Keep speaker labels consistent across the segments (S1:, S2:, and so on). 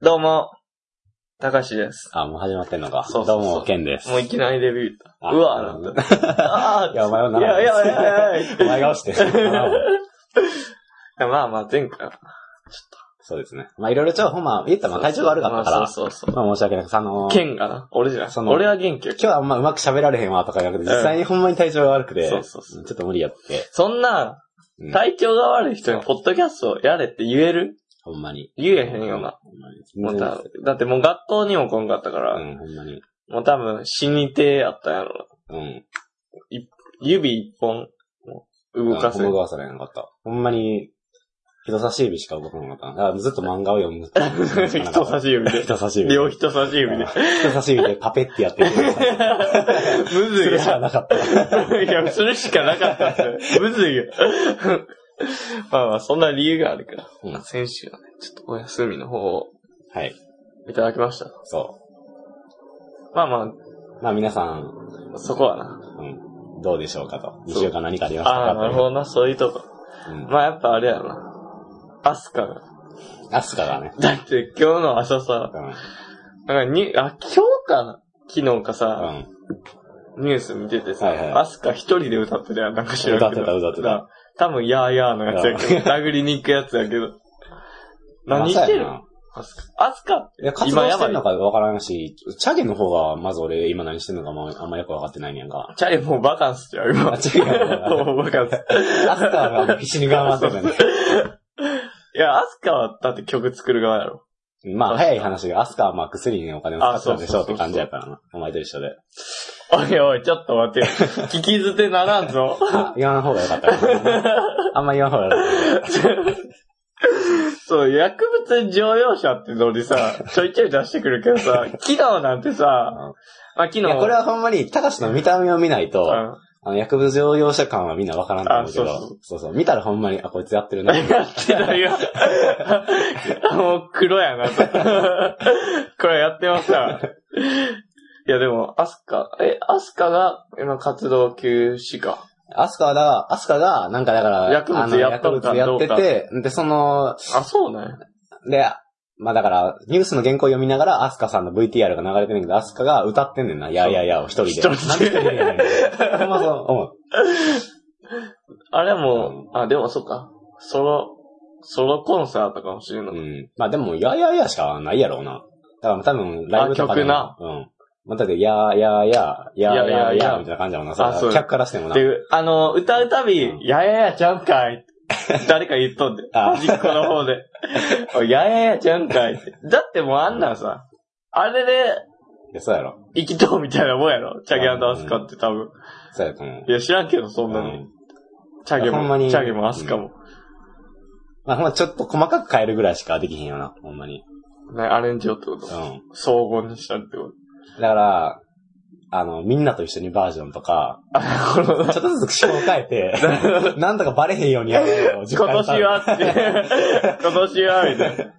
S1: どうも、たかしです。
S2: あ、もう始まってんのか。
S1: そうそうそう
S2: どうも、ケンです。
S1: もういきなりデビューだ。
S2: あ
S1: うわ
S2: なる
S1: ー
S2: ほ
S1: な
S2: ど
S1: んて。 あー
S2: いや、お前はなら
S1: いやいやいやいやいや
S2: お前が押して る。ならんわ
S1: まあまあ、前回は。
S2: そうですね。まあ、いろいろちょ、ほんま、言ったらまあ体調が悪かったから、
S1: まあそうそうそう。
S2: まあ、申し訳なく、あの、今
S1: 剣がな、俺じゃない。
S2: その
S1: 俺は元気よ。
S2: 日はあんまうまく喋られへんわとかじゃなくて、実際にほんまに体調が悪くて、
S1: そうそうそう
S2: ちょっと無理やって、
S1: そんな
S2: う、ん
S1: 体調が悪い人にポッドキャストをやれって言える
S2: ほんまに。
S1: 言えへんよな。
S2: ほんま
S1: もう
S2: に。
S1: ただってもう学校にも来んかったか
S2: う
S1: ら、
S2: ん、ほんまに。
S1: もう多分死にてやったんやろ
S2: うん。
S1: な。指一本も動かせる
S2: ほんま。動かされなかった。ほんまに、人差し指しか動かなかったな。だからずっと漫画を読む。
S1: 人差し指で。
S2: 人差し 指。
S1: 両人差し 指で。
S2: 人差し指でパペってやってる。
S1: むず
S2: そ
S1: い
S2: れし
S1: や
S2: かなかった。
S1: ん。いや、それしかなかったんですよ。むずいよ。 まあまあ、そんな理由があるから。
S2: うん
S1: まあ先週はね、ちょっとお休みの方を
S2: はい。
S1: いただきました。
S2: そう。
S1: まあま
S2: まあ皆さん、
S1: あ、そこはな。
S2: うん、どうでしょうかと。2
S1: そう
S2: 週間何かありました
S1: あ
S2: か
S1: あ、なるほ
S2: と
S1: どな、そういうとこ。
S2: いう。うん
S1: まあやっぱあれやな。アスカが。
S2: アスカがね。
S1: だって今日の朝さ、
S2: うん。
S1: なんかに、あ、今日かな昨日か
S2: う
S1: さ、
S2: ん。
S1: ニュース見ててさ、
S2: はいはい
S1: アスカ一人で歌ってたやん、なんか知らんけど。
S2: 歌ってた歌ってた
S1: な。多分、やーやーのやつやけど、殴りに行くやつやけど。何
S2: まあ
S1: して
S2: そう
S1: る
S2: やな
S1: アスカ。アスカ
S2: いや、活動してんのかわからんし、チャゲの方が、まず俺、今何してんのかもあんまよくわかってないねんか。
S1: チャイもうバカンスじゃん、今。
S2: あチャイが
S1: もうバカンス。
S2: アスカが必死に頑張ってたね。
S1: いや、アスカはだって曲作る側やろ。
S2: まあ、早い話が、アスカはまあ、薬にお金を使ってたんでしょうって感じやからな。お前と一緒で。
S1: おいおい、ちょっと 待ってよ。聞き捨てならんぞ。
S2: あ言わん方がよかった。 あんま言わん方がよかった。
S1: そう、薬物乗用車ってのにさ、ちょいちょい出してくるけどさ、昨日なんてさ、まあ昨日。
S2: いや、これはほんまに、高志の見た目を見ないと、
S1: うん
S2: あの、薬物乗用車感はみんなわからんと思うけど、
S1: あ
S2: そ
S1: そうう
S2: そ
S1: そう
S2: 見たらほんまに、あ、こいつやって るな。
S1: やってない よ。もう黒やなと。これやってますわ。いやでも、アスカ、え、アスカが今活動休止か。
S2: アスカはだから、アスカが、なんかだから、
S1: 薬物やった
S2: あの
S1: のか
S2: 薬物やってて、で、その、
S1: あ、そうね。
S2: で、まあだから、ニュースの原稿を読みながら、アスカさんの VTR が流れてるんだけど、アスカが歌ってんねんな。いやいやいや、一人で。
S1: 一人で
S2: なんやねんほんまそう思
S1: あれも、あ、でもそっか。ソロ、ソロコンサートかもしれんの
S2: う。
S1: か。
S2: うん。まあでも、いやいやいやしかないやろうな。だから多分、ライブとかでも
S1: あ曲な。
S2: うん。まあ、だって、いやいやいや、いやいや
S1: いや
S2: い
S1: いやい
S2: や、
S1: や
S2: みたいな感じだもんな。
S1: あ
S2: そ
S1: そうう
S2: 客からしてもな。
S1: で、あの、歌うたび、
S2: うん
S1: やややちゃうんか い。誰か言っとんで。
S2: あ
S1: 端っこの方で。 おいやややちゃうんかいって。だってもうあんなんさ、あれで、
S2: いやそうやろ。
S1: 生きとうみたいなもんやろ。チャゲアスカって多分。
S2: そうやと思う。
S1: いや、知らんけど、そんな
S2: うん
S1: に。チャゲ
S2: ほんま
S1: も、
S2: に
S1: チャゲもアスカも。
S2: まあ、ほんまちょっと細かく変えるぐらいしかできへんよな、ほんまに。
S1: ね、アレンジをってこ
S2: うん。
S1: と。総合にしたってこと。
S2: だから、あの、みんなと一緒にバージョンとか、
S1: あ、この
S2: ちょっとずつ口を変え て、なんとかバレへんようにやるよう、実
S1: 今
S2: 感さ
S1: 年はって、 今年はみたいな。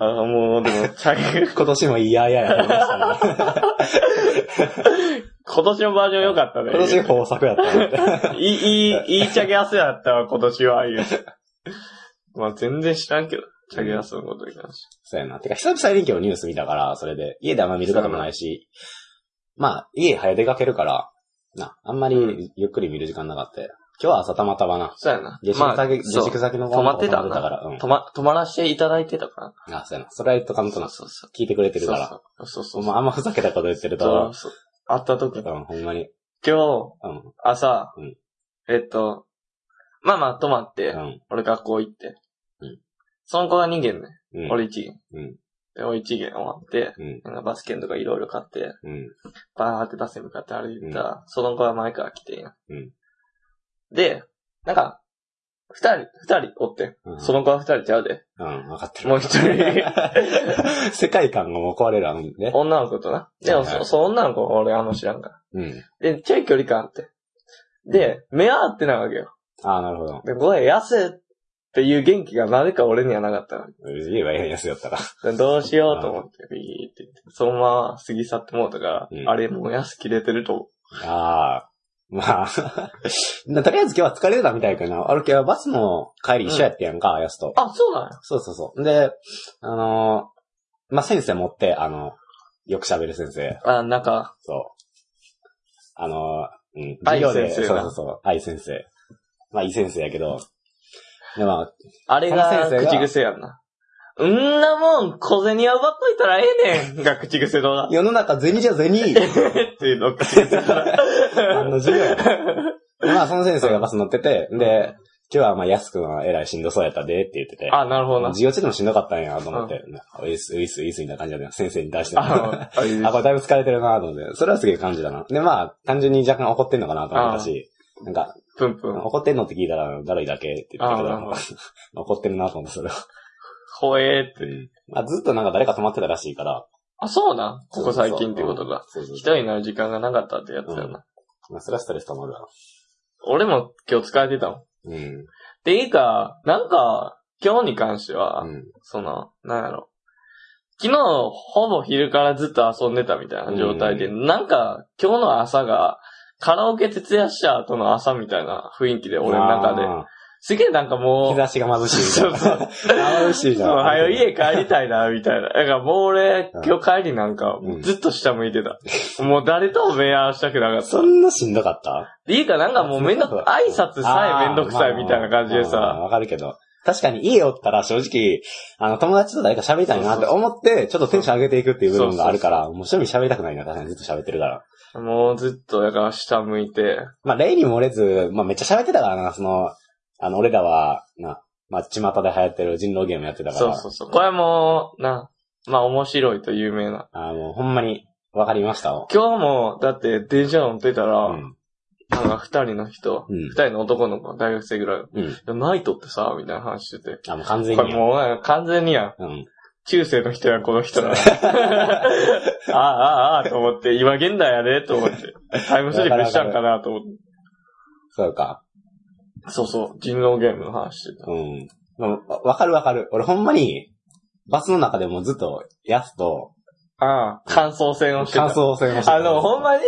S1: あもう、でも、チャ ゲ、
S2: 今年もいやいややりましたね
S1: 今年のバージョン良かったね。
S2: 今年豊作やったなって。
S1: いい、いい、いいチャゲアスやったわ、今年は、言うて。まあ、全然知らんけど、チャゲアスのことに関して。
S2: そうやな。てか、久々に今日ニュース見たから、それで、家であんま見ることもないし、まあ、家早出かけるから、な、あんまりゆっくり見る時間なかったよ。今日は朝たまたまな。
S1: そうやな。
S2: 下宿
S1: まあ、
S2: 先、
S1: そ
S2: 下
S1: う
S2: 宿先の
S1: 泊まってた
S2: 泊まから、うん。
S1: 泊ま、泊まらせていただいてたか
S2: あ、そうやな。それは言っとかん
S1: ら。
S2: と
S1: そう
S2: な。
S1: そうそう。
S2: 聞いてくれてるから。
S1: そうそうそ
S2: お
S1: う。
S2: 前あんまふざけたこと言ってる
S1: そ
S2: と
S1: う、そう。会った時
S2: うん、ほんまに。
S1: 今日、
S2: うん。
S1: 朝、
S2: うん
S1: えっと、まあまあ、泊まって、
S2: うん。
S1: 俺学校行って。
S2: うん
S1: その子が2軒ね。
S2: うん。
S1: 俺1軒。
S2: うん
S1: で、俺1軒終わって、
S2: うん。
S1: なんかバス券とかいろいろ買って、
S2: うん。
S1: バーってバスに向かって歩いたら、その子が前から来てんや。
S2: うん
S1: で、なんか、二人、二人おってん。
S2: うん
S1: その子は二人ちゃうで。
S2: うん、わかってる。
S1: もう一人、
S2: 世界観がもう壊れるあのね。
S1: 女の子とな。でも
S2: はいは
S1: そ、
S2: い
S1: その女の子は俺あの知らんか
S2: うん。
S1: ら。で、ちょい距離感あって。で、目は合ってないわけよ。
S2: ああ、なるほど。
S1: で、ごめん、痩せっていう元気がなぜか俺にはなかったの
S2: 言えばええやつやったら。
S1: でどうしようと思って、ビーって言って、そのまま過ぎ去ってもうたから、
S2: うん
S1: あれもう安切れてると思う。
S2: ああ。まあ。 なとりあえず今日は疲れてたみたいかな。あるけど、バスの帰り一緒やってやんか、やすと。
S1: あ、そうなんや。
S2: そうそうそう。で、あのまあ、先生持って、あの、よく喋る先生。
S1: あ、なんか、
S2: そう。あの、うん。
S1: 愛
S2: で、
S1: 先生
S2: そう
S1: な
S2: そうそう。愛先生。まあ、いい先生やけど。で、まあ、
S1: あれ
S2: この
S1: が
S2: 先生が
S1: 口癖やんな。うんなもん、小銭は奪っといたらええねんが 口癖のな。
S2: 世の中銭じゃ銭
S1: っていうのを口癖か
S2: 何の
S1: ら。
S2: 授業やねんまあ、その先生がバス乗ってて、で、今日はまあ、安くんはえらいしんどそうやったでって言ってて。
S1: あ、なるほどな。
S2: 授業中でもしんどかったんやと思って、ウイス、ウイス、ウイスみたいな感じだね。先生に対して。あ、
S1: あ、あれです
S2: これだいぶ疲れてるなと思って。それはすげえ感じだな。で、まあ、単純に若干怒ってんのかなと思ったし、なんか、
S1: プンプン。
S2: 怒ってんのって聞いたら、だるいだけって言ってたけ
S1: あなるほ
S2: ど、怒ってるなと思って、それは。
S1: ほえーって。
S2: まあ、ずっとなんか誰か止まってたらしいから。
S1: あ、そうなん。ここ最近ってことが。
S2: そうそう
S1: 一
S2: そう。
S1: 人になる時間がなかったってやつやな。
S2: うんまあ、それはストレス溜まるわ。
S1: 俺も今日疲れてたもん。
S2: うん。
S1: で、いいか、なんか、今日に関しては、
S2: うん。
S1: その、なんやろ。昨日、ほぼ昼からずっと遊んでたみたいな状態で、
S2: う
S1: なんか、今日の朝が、カラオケ徹夜した後の朝みたいな雰囲気で、俺の中で。
S2: あ
S1: すげえなんか
S2: ー
S1: も
S2: 日
S1: う、
S2: 差しが貧しいみたいな。
S1: そう
S2: 貧しい
S1: そう、
S2: な。
S1: 早 い家帰りたいな、みたいな。だからもう俺、
S2: うん
S1: 今日帰りなんか、
S2: うん
S1: ずっと下向いてた。もう誰とも目合わせたくなかった
S2: そ。んなしんどかった
S1: でいいか、なんかもうめんどく、挨拶さえめんどくさいみたいな感じで
S2: あー まあまあまあ
S1: さ。
S2: わかるけど。確かに家おったら正直、あの友達と誰か喋りたいなって思って、ちょっとテンション上げていくっていう部分があるから、もう趣味喋りたくないな、確かにずっと喋ってるから。
S1: もうずっと、だから下向いて。
S2: まあ例に漏れず、まあめっちゃ喋ってたからな、その、あの俺らは、な、まあ巷で流行ってる人狼ゲームやってたから、
S1: そうそうそう。これも、な、まあ面白いと有名な。
S2: あーもうほんまにわかりましたわ
S1: 今日も、だって電車乗ってたら、
S2: うん。
S1: なんか二人の人、
S2: うん
S1: 二人の男の子、大学生ぐらい。
S2: うん。
S1: でナイトってさ、みたいな話してて。
S2: あ、もう完全
S1: これ
S2: に。
S1: もうなんか完全にやん。
S2: うん。
S1: 中世の人や、この人ら。 ああ、ああ、ああ、と思って、今現代やで、と思って。タイムスリップしたんかな、と思って。
S2: そうか。
S1: そうそう、人狼ゲームの話してた。
S2: うん。まあわわかるわかる。俺ほんまに、バスの中でもずっと、やすと、
S1: ああ、感想戦をしてた。
S2: 感想戦をしてた
S1: あの、ほんまに、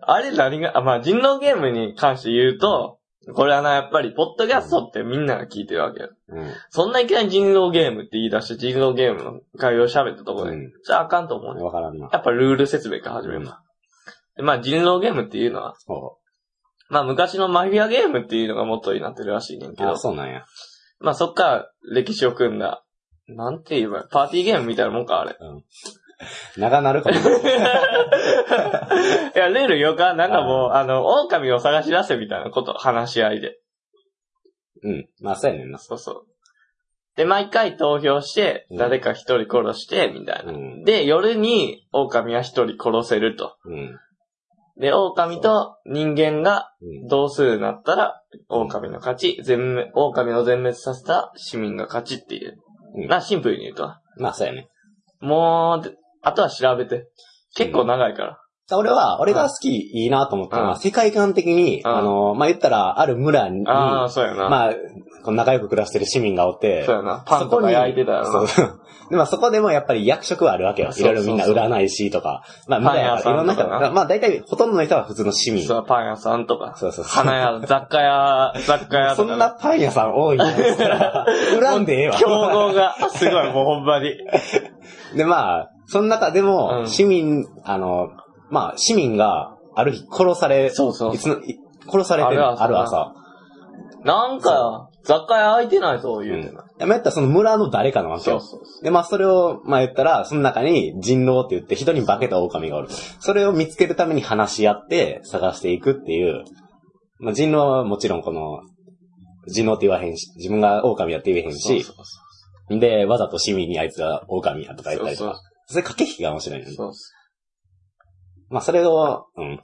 S1: あれ何が、あまあ、人狼ゲームに関して言うと、これはな、やっぱり、ポッドキャストってみんなが聞いてるわけよ。
S2: うん。
S1: そんないきなり人狼ゲームって言い出して、人狼ゲームの会話を喋ったとこ
S2: う
S1: で、
S2: ん。
S1: じゃああかんと思うね。
S2: わからんな。
S1: やっぱルール説明から始めるな。でまあ、人狼ゲームっていうのは、
S2: そ
S1: まあ、昔のマフィアゲームっていうのが元になってるらしいねん
S2: う。
S1: けど
S2: あ、、そうなんや。
S1: まあ、そっから歴史を組んだ、なんて言えばいい、パーティーゲームみたいなもんか、あれ。
S2: 長 なるかも。
S1: いや、ルールよか、なんかもう、あの、狼を探し出せみたいなこと、話し合いで。
S2: うん。まあ、そうやねんな。
S1: そうそう。で、毎回投票して、
S2: うん
S1: 誰か一人殺して、みたいうな。
S2: ん。
S1: で、夜に、狼は一人殺せると。
S2: うん。
S1: で、狼と人間が
S2: うん。
S1: 同数になったら、狼の勝ち、全滅、狼を全滅させた市民が勝ちっていう。
S2: うん
S1: まあ、シンプルに言うとな。
S2: まあ、そうやね。
S1: もう、であとは調べて。結構長いから。
S2: 俺は、俺が好き、いいなと思ったの
S1: う
S2: は、
S1: ん
S2: 世界観的に、
S1: うん
S2: あの、まあ、言ったら、ある村に、
S1: ああ、
S2: ま
S1: そうやな。
S2: あ、こう仲良く暮らしてる市民がおって
S1: そう、やな。パンとか焼いてたよ
S2: そ
S1: な
S2: う。そう。 で、まあそこでもやっぱり役職はあるわけよ。
S1: そ
S2: いう
S1: そ
S2: ろ
S1: う
S2: いろみんな占い師とか、まあ村やからいろ
S1: パ
S2: ん
S1: ン屋さ
S2: な人
S1: んとかな
S2: が、まあ大体ほとんどの人は普通の市民。
S1: そ
S2: そう
S1: う、パン屋さんとか。
S2: そうそう。
S1: 花屋、雑貨屋、雑貨屋
S2: そ
S1: とか
S2: んなパン屋さん多いんで すから、恨んでええわ。
S1: 競合 が、すごい、もうほんまに。
S2: で、まあ、その中で
S1: う
S2: も、
S1: ん
S2: 市民、あの、まあ、市民が、ある日殺され、
S1: そうそ
S2: いつの、い殺されてる、
S1: あ
S2: あ
S1: る
S2: る
S1: 朝
S2: 朝。
S1: なんか、雑貨屋開いてないぞ、言うてな。
S2: でまあ、言ったらその村の誰かなわけ
S1: そ
S2: よ
S1: う。そうそ
S2: で、まあ、それを、まあ、言ったら、その中に人狼って言って、人に化けた狼がおる。それを見つけるために話し合って、探していくっていう。まあ、人狼はもちろんこの、人狼って言わへんし、自分が狼やって言えへ
S1: う。
S2: ん
S1: そう
S2: し、
S1: そうそう
S2: で、わざと市民にあいつは狼やとか言ったりと
S1: そう
S2: か。それ駆け引きが面白いね。
S1: そうそう。
S2: まあ、それを、うん。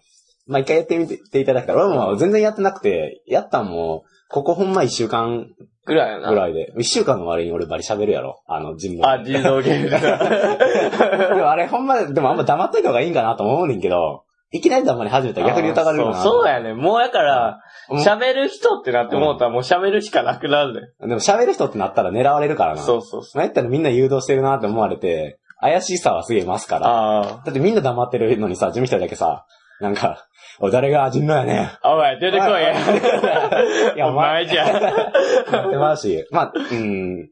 S2: まあ、一回やってみていただきたら、俺も全然やってなくて、やったんも、ここほんま一週間
S1: ぐらいや
S2: ぐ
S1: な。
S2: らいで、一週間の割に俺バリ喋るやろ。あの、人狼。
S1: あ、人造ゲーム
S2: で
S1: だ。
S2: もあれほんま、でもあんま黙っといた方がいいんかなと思うねんけど、いきなり黙り始めたら逆に疑われるよ
S1: そ
S2: な。
S1: うそうやね。もうやから、
S2: うん
S1: 喋る人ってなって思ったらもう喋るしかなくなる
S2: でも喋る人ってなったら狙われるから
S1: ね。
S2: な。
S1: そうそうそ
S2: まあ言ったらみんな誘導してるなって思われて、怪しさはすげえますか
S1: う。
S2: ら。
S1: あ
S2: だってみんな黙ってるのにさ、自分一人だけさ、なんか、おい、誰が人狼やねん。
S1: あ。おい、出てこ い。
S2: いや
S1: お前じゃん。
S2: やってますし、まあ、うん。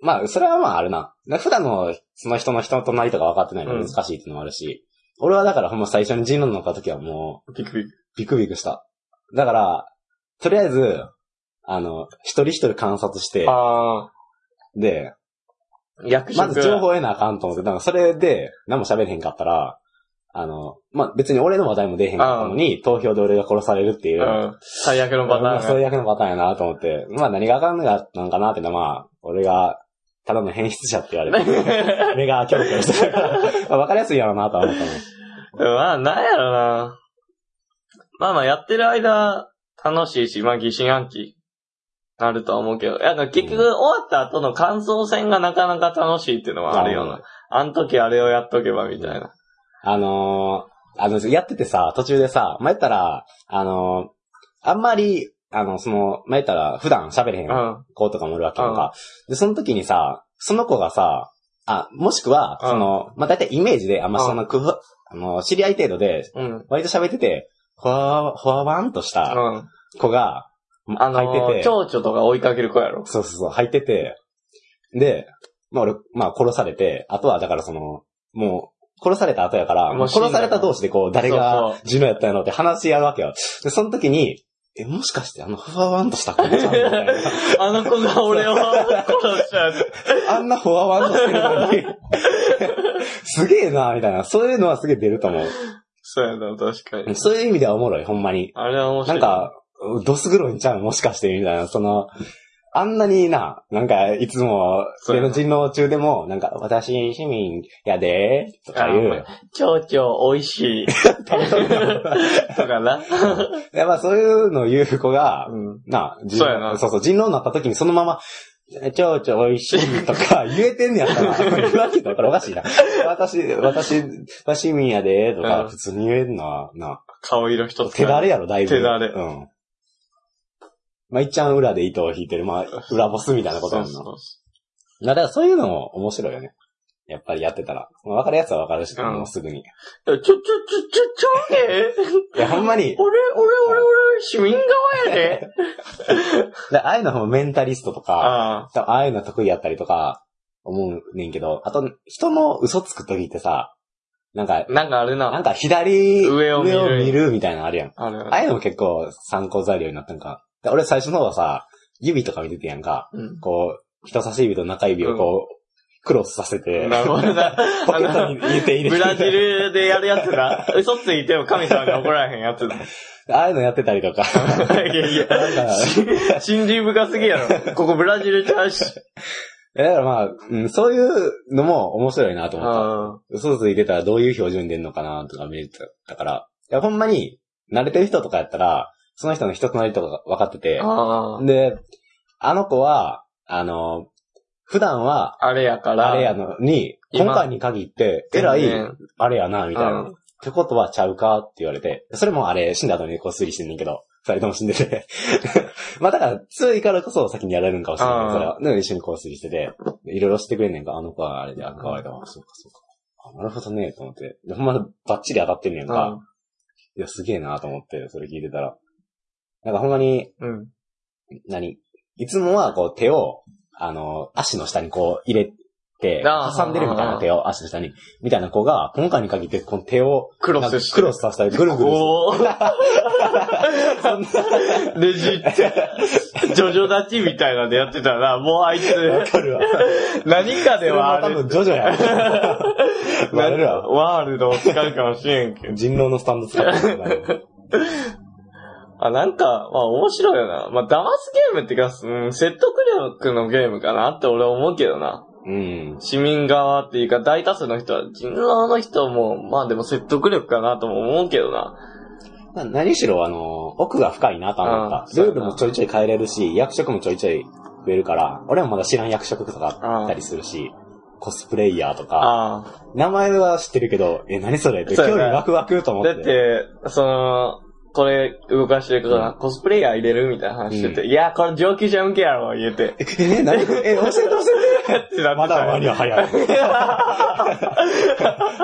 S2: まあ、それはまああるな。だ普段の、その人の人となりとか分かってないから難しいってのもあるし、俺はだからほんま最初に人狼乗った時はもう、
S1: ビクビク。
S2: ビクビクした。だから、とりあえず、あの、一人一人観察して、
S1: あ
S2: で、
S1: ー、役職
S2: まず情報得なあかんと思って、だからそれで何も喋れへんかったら、あの、まあ、別に俺の話題も出えへんかったのに、投票で俺が殺されるっていうう、
S1: ん。最悪のパ
S2: まあ
S1: ターン
S2: そう
S1: が。
S2: いう役のパターンやなと思って、まあ何があかんのかなんかなってのは、まあ、俺が、ただの変質者って言われ て、目がキョロキョロしてるから、まあわかりやすいやろうなとは思ったの。
S1: まあ、なんやろな。まあまあ、やってる間、楽しいし、まあ、疑心暗鬼、なるとは思うけど。いや、だから結局、
S2: う
S1: 終わった後の感想戦がなかなか楽しいっていうのはあるよう
S2: な
S1: な。あん時あれをやっとけば、みたいな。
S2: あのーあの、やっててさ、途中でさ、前ったら、あのーあんまり、あの、その、前ったら、普段喋れへん
S1: うん。
S2: 子とかもいるわけやんか。で、その時にさ、その子がさ、あ、もしくは、
S1: うん
S2: その、まあ、大体イメージで、あんまその、工夫、あの、知り合い程度で、
S1: うん。
S2: 割と喋ってて、ほわ、ほわわんとした
S1: うん。
S2: 子が、
S1: あの
S2: 入って
S1: ー、
S2: て、
S1: 蝶々とか追いかける子や ろ。
S2: そうそうそう、入ってて、で、まあ、俺、まあ、殺されて、あとは、だからその、もう、殺された後やから、
S1: もう死んだ
S2: 殺された同士でこう、誰
S1: そう
S2: が
S1: そう
S2: 自分やったんやろって話し合うわけよ。で、その時に、え、もしかして、あの、ふわわんとした子ちゃんみたいな。
S1: あの子が俺を殺したや つ。
S2: あんなフォアワンドしてるのに。 すげえな、みたいな。そういうのはすげえ出ると思う。
S1: そうやな、確かに。
S2: そういう意味ではおもろい、ほんまに。
S1: あれは面白。
S2: ないん、か、ドス黒いんちゃうもしかして、みたいな。その、あんなにな、なんか、いつも、
S1: そうや
S2: 芸
S1: な
S2: 能人狼中でも、なんか、私、市民やでー、とかい
S1: あお前
S2: う。
S1: 蝶々美味しい。とかな。
S2: い やまあ、そういうのを言う子が、
S1: うん。
S2: な、人
S1: そうやな
S2: そうそう、人狼になった時にそのまま、ちょうちょ美味しいとか言えてんねやった ら、言わけだからおかしいな。私、私、わしみやで、
S1: う
S2: と
S1: ん
S2: か、普通に言えんのは、な、
S1: 顔色一つ。
S2: 手だれやろ、だいぶ。
S1: 手だれ
S2: うん。まあ、いっちゃん裏で糸を引いてる、まあ、 裏ボスみたいなことやん
S1: そう
S2: な。
S1: そう
S2: なだからそういうのも面白いよね。やっぱりやってたら。まあわかるやつはわかるし、
S1: うん
S2: もうすぐに。い
S1: そうちょ、ちょ、ちょ、ちょ、ちょげ
S2: や、ほんまに、
S1: 俺、俺、俺、俺、市民側やで。
S2: だああいうのもメンタリストとか、
S1: あ
S2: 多分ああいうの得意やったりとか、思うねんけど、あと、人の嘘つくときってさ、なんか
S1: あ。、なんかあれ
S2: な
S1: な。
S2: んか左、
S1: 上を見る
S2: みたいなのあるやん。あ
S1: あれ
S2: あいうのも結構参考材料になったんか。で俺最初の方はさ、指とか見ててやんか、
S1: うん。
S2: こう、人差し指と中指をこう、クロスさせて、
S1: なるほどな。
S2: ポケットに入れて入れて。
S1: ブラジルでやるやつな。嘘ついても神様に怒られへんやつだ。
S2: ああいうのやってたりとか。
S1: いやいや、信心深すぎやろ。ここブラジルちゃうし。
S2: えだからまあ、うんそういうのも面白いなと思った。
S1: あ
S2: 嘘ついてたらどういう表情に出るのかなとか見れてたから、いや、ほんまに、慣れてる人とかやったら、その人の人となりとかが分かってて、
S1: あ。
S2: で、あの子は、あの、普段は、
S1: あれやから。
S2: あれやのに、
S1: 今
S2: 今回に限って、え
S1: 全
S2: らい
S1: 然、
S2: あれやな、みたいな。
S1: うん
S2: ってことはちゃうかって言われて、それもあれ、死んだ後にこう推理してんねんけど、二人とも死んでて。 まあだから、強いからこそ先にやられるんかもしれないけど、それは。で、一緒にこう推理してて、いろいろ知ってくれんねんか、あの子はあれで、あの子はあれだわ、そうかそうか。あなるほどね、と思って。でほんまバッチリ当たってんねんか。いや、すげえなと思って、それ聞いてたら。なんかほんまに、
S1: うん。
S2: 何いつもはこう手を、あの、足の下にこう入れて、
S1: あー
S2: 挟んでるみたいな手を足の下に、みたいな子が、今回に限ってこの手を、
S1: クロ
S2: なんか
S1: スして。
S2: クロスさせたり、ぐるぐるして
S1: おー。ねじって、ジョジョ立ちみたいなんでやってたら、もうあいつ、
S2: わかるわ。
S1: 何かではあ
S2: それも多
S1: る
S2: 分、。ジョジョや。なる わ。
S1: ワールドを使うかもしれんけど。
S2: 人狼のスタンド使ってるから。
S1: あ、なんか、まあ面白いよな。まあ騙すゲームってか、うん、説得力のゲームかなって俺思うけどな。
S2: うん。
S1: 市民側っていうか、大多数の人は、人狼の人も、まあでも説得力かなとも思うけどな。
S2: まあ何しろ、あの、奥が深いなと思っ
S1: あー
S2: た。ルールもちょいちょい変えれるし、役職もちょいちょい増えるから、俺もまだ知らん役職とかあったりするし、コスプレイヤーとか、
S1: ああ。
S2: 名前は知ってるけど、え、何それって
S1: そ
S2: 興
S1: う
S2: 味
S1: やな
S2: ワクワクと思
S1: だ
S2: っ。
S1: ってて、その、これ動かしてることな、コスプレイヤー入れるみたいな話してて、いや、これ上級者向けやろ、言う て。
S2: え、何え、教えて教え
S1: ってな
S2: てまだ終 わりは早い。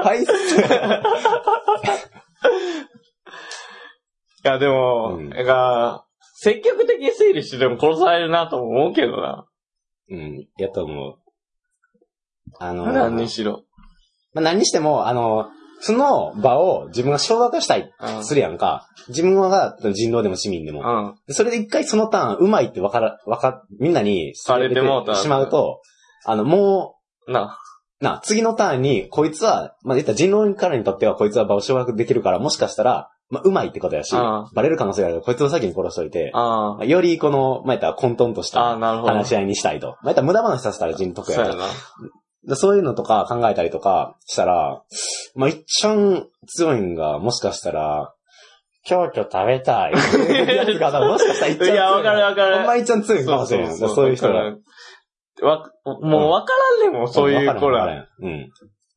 S2: はいっす。
S1: いや、でも、
S2: うん
S1: なんか、積極的に整理してでも殺されるなとも思うけどな。
S2: うん、やと思あの、
S1: 何にしろ。
S2: まあ、何にしても、あの、その場を自分が衝突したい、
S1: うん。
S2: するやんか。自分は人道でも市民で
S1: う
S2: も。
S1: ん。
S2: でそれで一回そのターン、うまいってわから、わか、みんなに
S1: されてもうた
S2: しまうと、あの、も
S1: な
S2: う、な、次のターンに、こいつは、まあ、言ったら人狼からにとっては、こいつは場を掌握できるから、もしかしたら、まあ、うまいってことやし、
S1: うん
S2: バレる可能性があるから、こいつを先に殺しといて、
S1: あ。あ
S2: まあより、この、まあ、言ったら混沌とし
S1: あ。ああ、
S2: た
S1: なるほど。
S2: 話し合いにしたいと。まあ、言ったら無駄話させたら人徳
S1: そう
S2: や
S1: や
S2: と。
S1: な。
S2: でそういうのとか考えたりとかしたら、まあ、一番強いんが、もしかしたら、キョウキョ食 べたい。やつが、もしかしたら一番強
S1: い
S2: い。
S1: や、わかるわかる。
S2: ほんま一ちゃん強いかもしれん。そういう人が。
S1: が。わ、もうわからんでも、そういう子。
S2: わかららん。うん。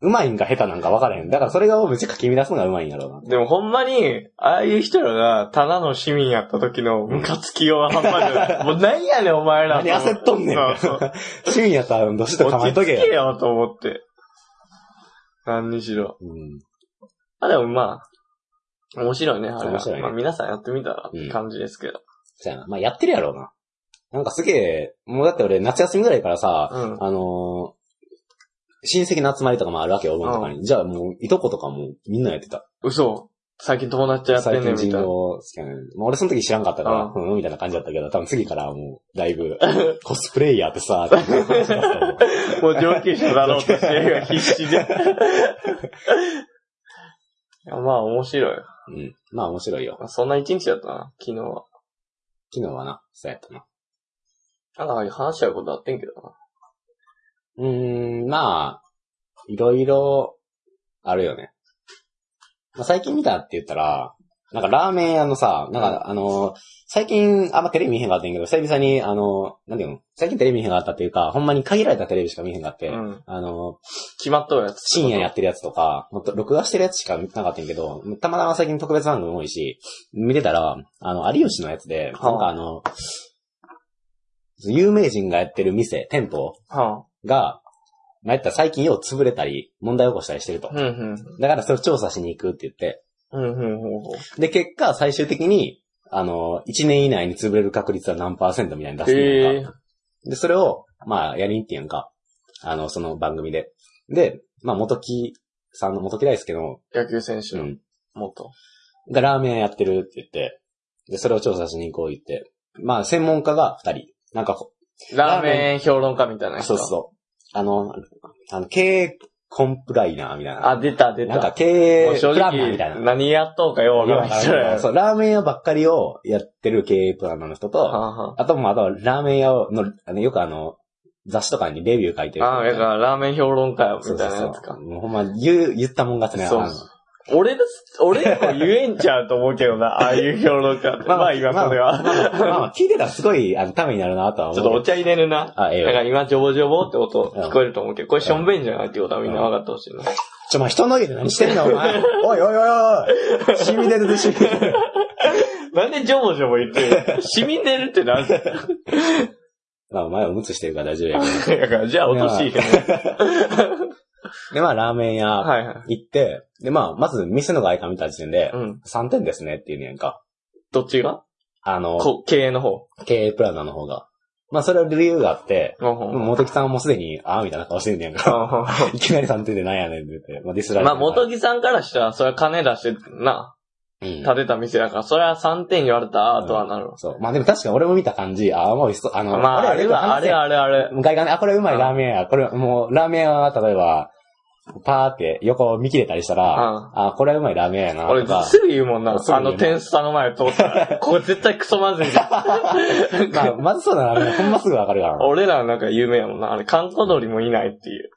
S2: うまいんか下手なんかわからへん。だからそれがめっちゃかき乱すのがうまいんやろうな。
S1: でもほんまに、ああいう人らが、ただの市民やった時のムカつきようは半端じゃ ない。もう何やねん、お前ら。
S2: 何焦っとんねん
S1: そうそう。。
S2: 趣味やったらどしっと構
S1: 落
S2: え
S1: ち
S2: と
S1: 着
S2: け
S1: けよ、と思って。何にしろ。
S2: うん。
S1: あ、でもまあ、面白いね、あれ
S2: 面
S1: は。
S2: 白いね
S1: まあ皆さんやってみたら
S2: うん、
S1: 感じですけど。
S2: そやな。まあやってるやろうな。なんかすげえ、もうだって俺夏休みぐらいからさ、
S1: うん。
S2: あのー親戚の集まりとかもあるわけよ、お盆とかに。じゃあもう、いとことかもみんなやってた。
S1: 嘘。最近友達とやって
S2: 最
S1: んね
S2: 近
S1: ん、みたいな。
S2: 人狼好きやねん。まあ俺その時知らんかったから、うん、みたいな感じだったけど、多分次からはもう、だいぶ、 コスプレイヤーってさ、っていう感じだと思う
S1: もう上級者だろうとしてるが必死 で。いやまあ面白い。
S2: うん。まあ面白いよ。
S1: まあそんな一日だったな、昨日は。
S2: 昨日はな、そうやったな。
S1: なんか話し合うことあってんけどな。
S2: うーん、まあ、いろいろ、あるよね。まあ、最近見たって言ったら、なんかラーメン屋のさ、なんかあの、最近あんまテレビ見へんかったんやけど、久々にあの、なんていうの最近テレビ見へんかったっていうか、ほんまに限られたテレビしか見へんかって、
S1: うん。
S2: あの、
S1: 決まっとるやつ。
S2: 深夜やってるやつとか、もっと録画してるやつしか見てなかったんやけど、たまたま最近特別番組多いし、見てたら、あの、有吉のやつで、
S1: はあ
S2: なんかあの、有名人がやってる店、店舗
S1: は
S2: が、まあ、やったら最近よう潰れたり、問題起こしたりしてると
S1: あ。。うんうん。
S2: だからそれを調査しに行くって言って。
S1: うんうんほうほう。
S2: で、結果、最終的に、あの、1年以内に潰れる確率は何パーセントみたいに出すね
S1: え
S2: ん
S1: え
S2: か。で、それを、まあ、やりに行ってんやんか。あの、その番組で。で、まあ、元木さんの元木大輔の、
S1: 野球選手
S2: う
S1: の
S2: ん、
S1: 元。
S2: がラーメン屋やってるって言って、で、それを調査しに行こう言って。まあ、専門家が2人。なんか、
S1: ラーメン評論家みたいな人。
S2: そうそう。あの、あの、経営コンプライナーみたいな。
S1: あ、出た出た。
S2: なんか経
S1: もう
S2: 営
S1: 正
S2: プランナーみたい
S1: 直、
S2: な。
S1: 何やっとんかよ、わからん人や
S2: そう、ラーメン屋ばっかりをやってる経営プランナーの人
S1: は
S2: と、
S1: あは
S2: あともうあとはラーメン屋をの、あの、よくあの、雑誌とかにレビュー書いてる人。
S1: ああ、だからラーメン評論家みたいなやつ
S2: そうそう
S1: か
S2: そ。うもうほんま言う、言ったもん勝ちね。
S1: そう
S2: あの
S1: 俺です、俺でも言えんちゃうと思うけ どな、ああいう評論家って。まあ今それ
S2: ま
S1: は。
S2: あまあまあまあ聞いてたらすごい、あの、ためになるなとは
S1: ち
S2: 思
S1: ょ
S2: う
S1: っ
S2: け
S1: と
S2: ど。
S1: お茶入れるな。
S2: あ、ええ
S1: だから
S2: よ。
S1: 今、ジョボジョボって音聞こえると思うけど、これしょんべんじゃないってことはみんな分かってほしいな。
S2: ちょ、まあ人の家で何してんの お前。おいおいおいおい。染み出るでしみ出る。
S1: なんでジョボジョボ言ってる染み出るってなんだ
S2: まあお前おむつしてるから大丈夫やけ
S1: から、 じゃあ落としいけど。
S2: ど。で、まあラーメン屋
S1: はいはい。
S2: 行って、で、まあ、まず店の外観見た時点で
S1: う、ん。
S2: 3点ですねっていうねんか。
S1: どっちが
S2: あの、
S1: こ経営の方。
S2: 経営プランナーの方が。まあ、それは理由があって、
S1: ほうほう
S2: 元木さんはもうすでに、ああ、みたいな顔してんねやんか。 いきなり3点でなんやねんって言って、まあ、ディスら れ
S1: ま
S2: て
S1: あ、元木さんからしたら、それは金出して、な、
S2: う
S1: 建
S2: ん
S1: てた店だから、それは3点言われたら、あとはなるわ。
S2: そう。まあ、でも確かに俺も見た感じ、ああ、もういっそ、あの、
S1: まあ、あれは、あれ
S2: は。
S1: あれあれ。
S2: 外観ね、あ、これうまいラーメンや。これ、もう、ラーメンは、例えば、パーって横を見切れたりしたら、
S1: うん
S2: あ、これはうまいラーメンやな、
S1: 俺
S2: とか。
S1: すぐ言うもんな。
S2: すぐ
S1: あ
S2: 言うな
S1: の点数の前通った ら、ここ絶対クソまずいじゃん。
S2: まあ、まずそうだな、ラーメンほんますぐわかるからな。
S1: 俺らなんか有名やもんな。あれ、観光鳥もいないっていう。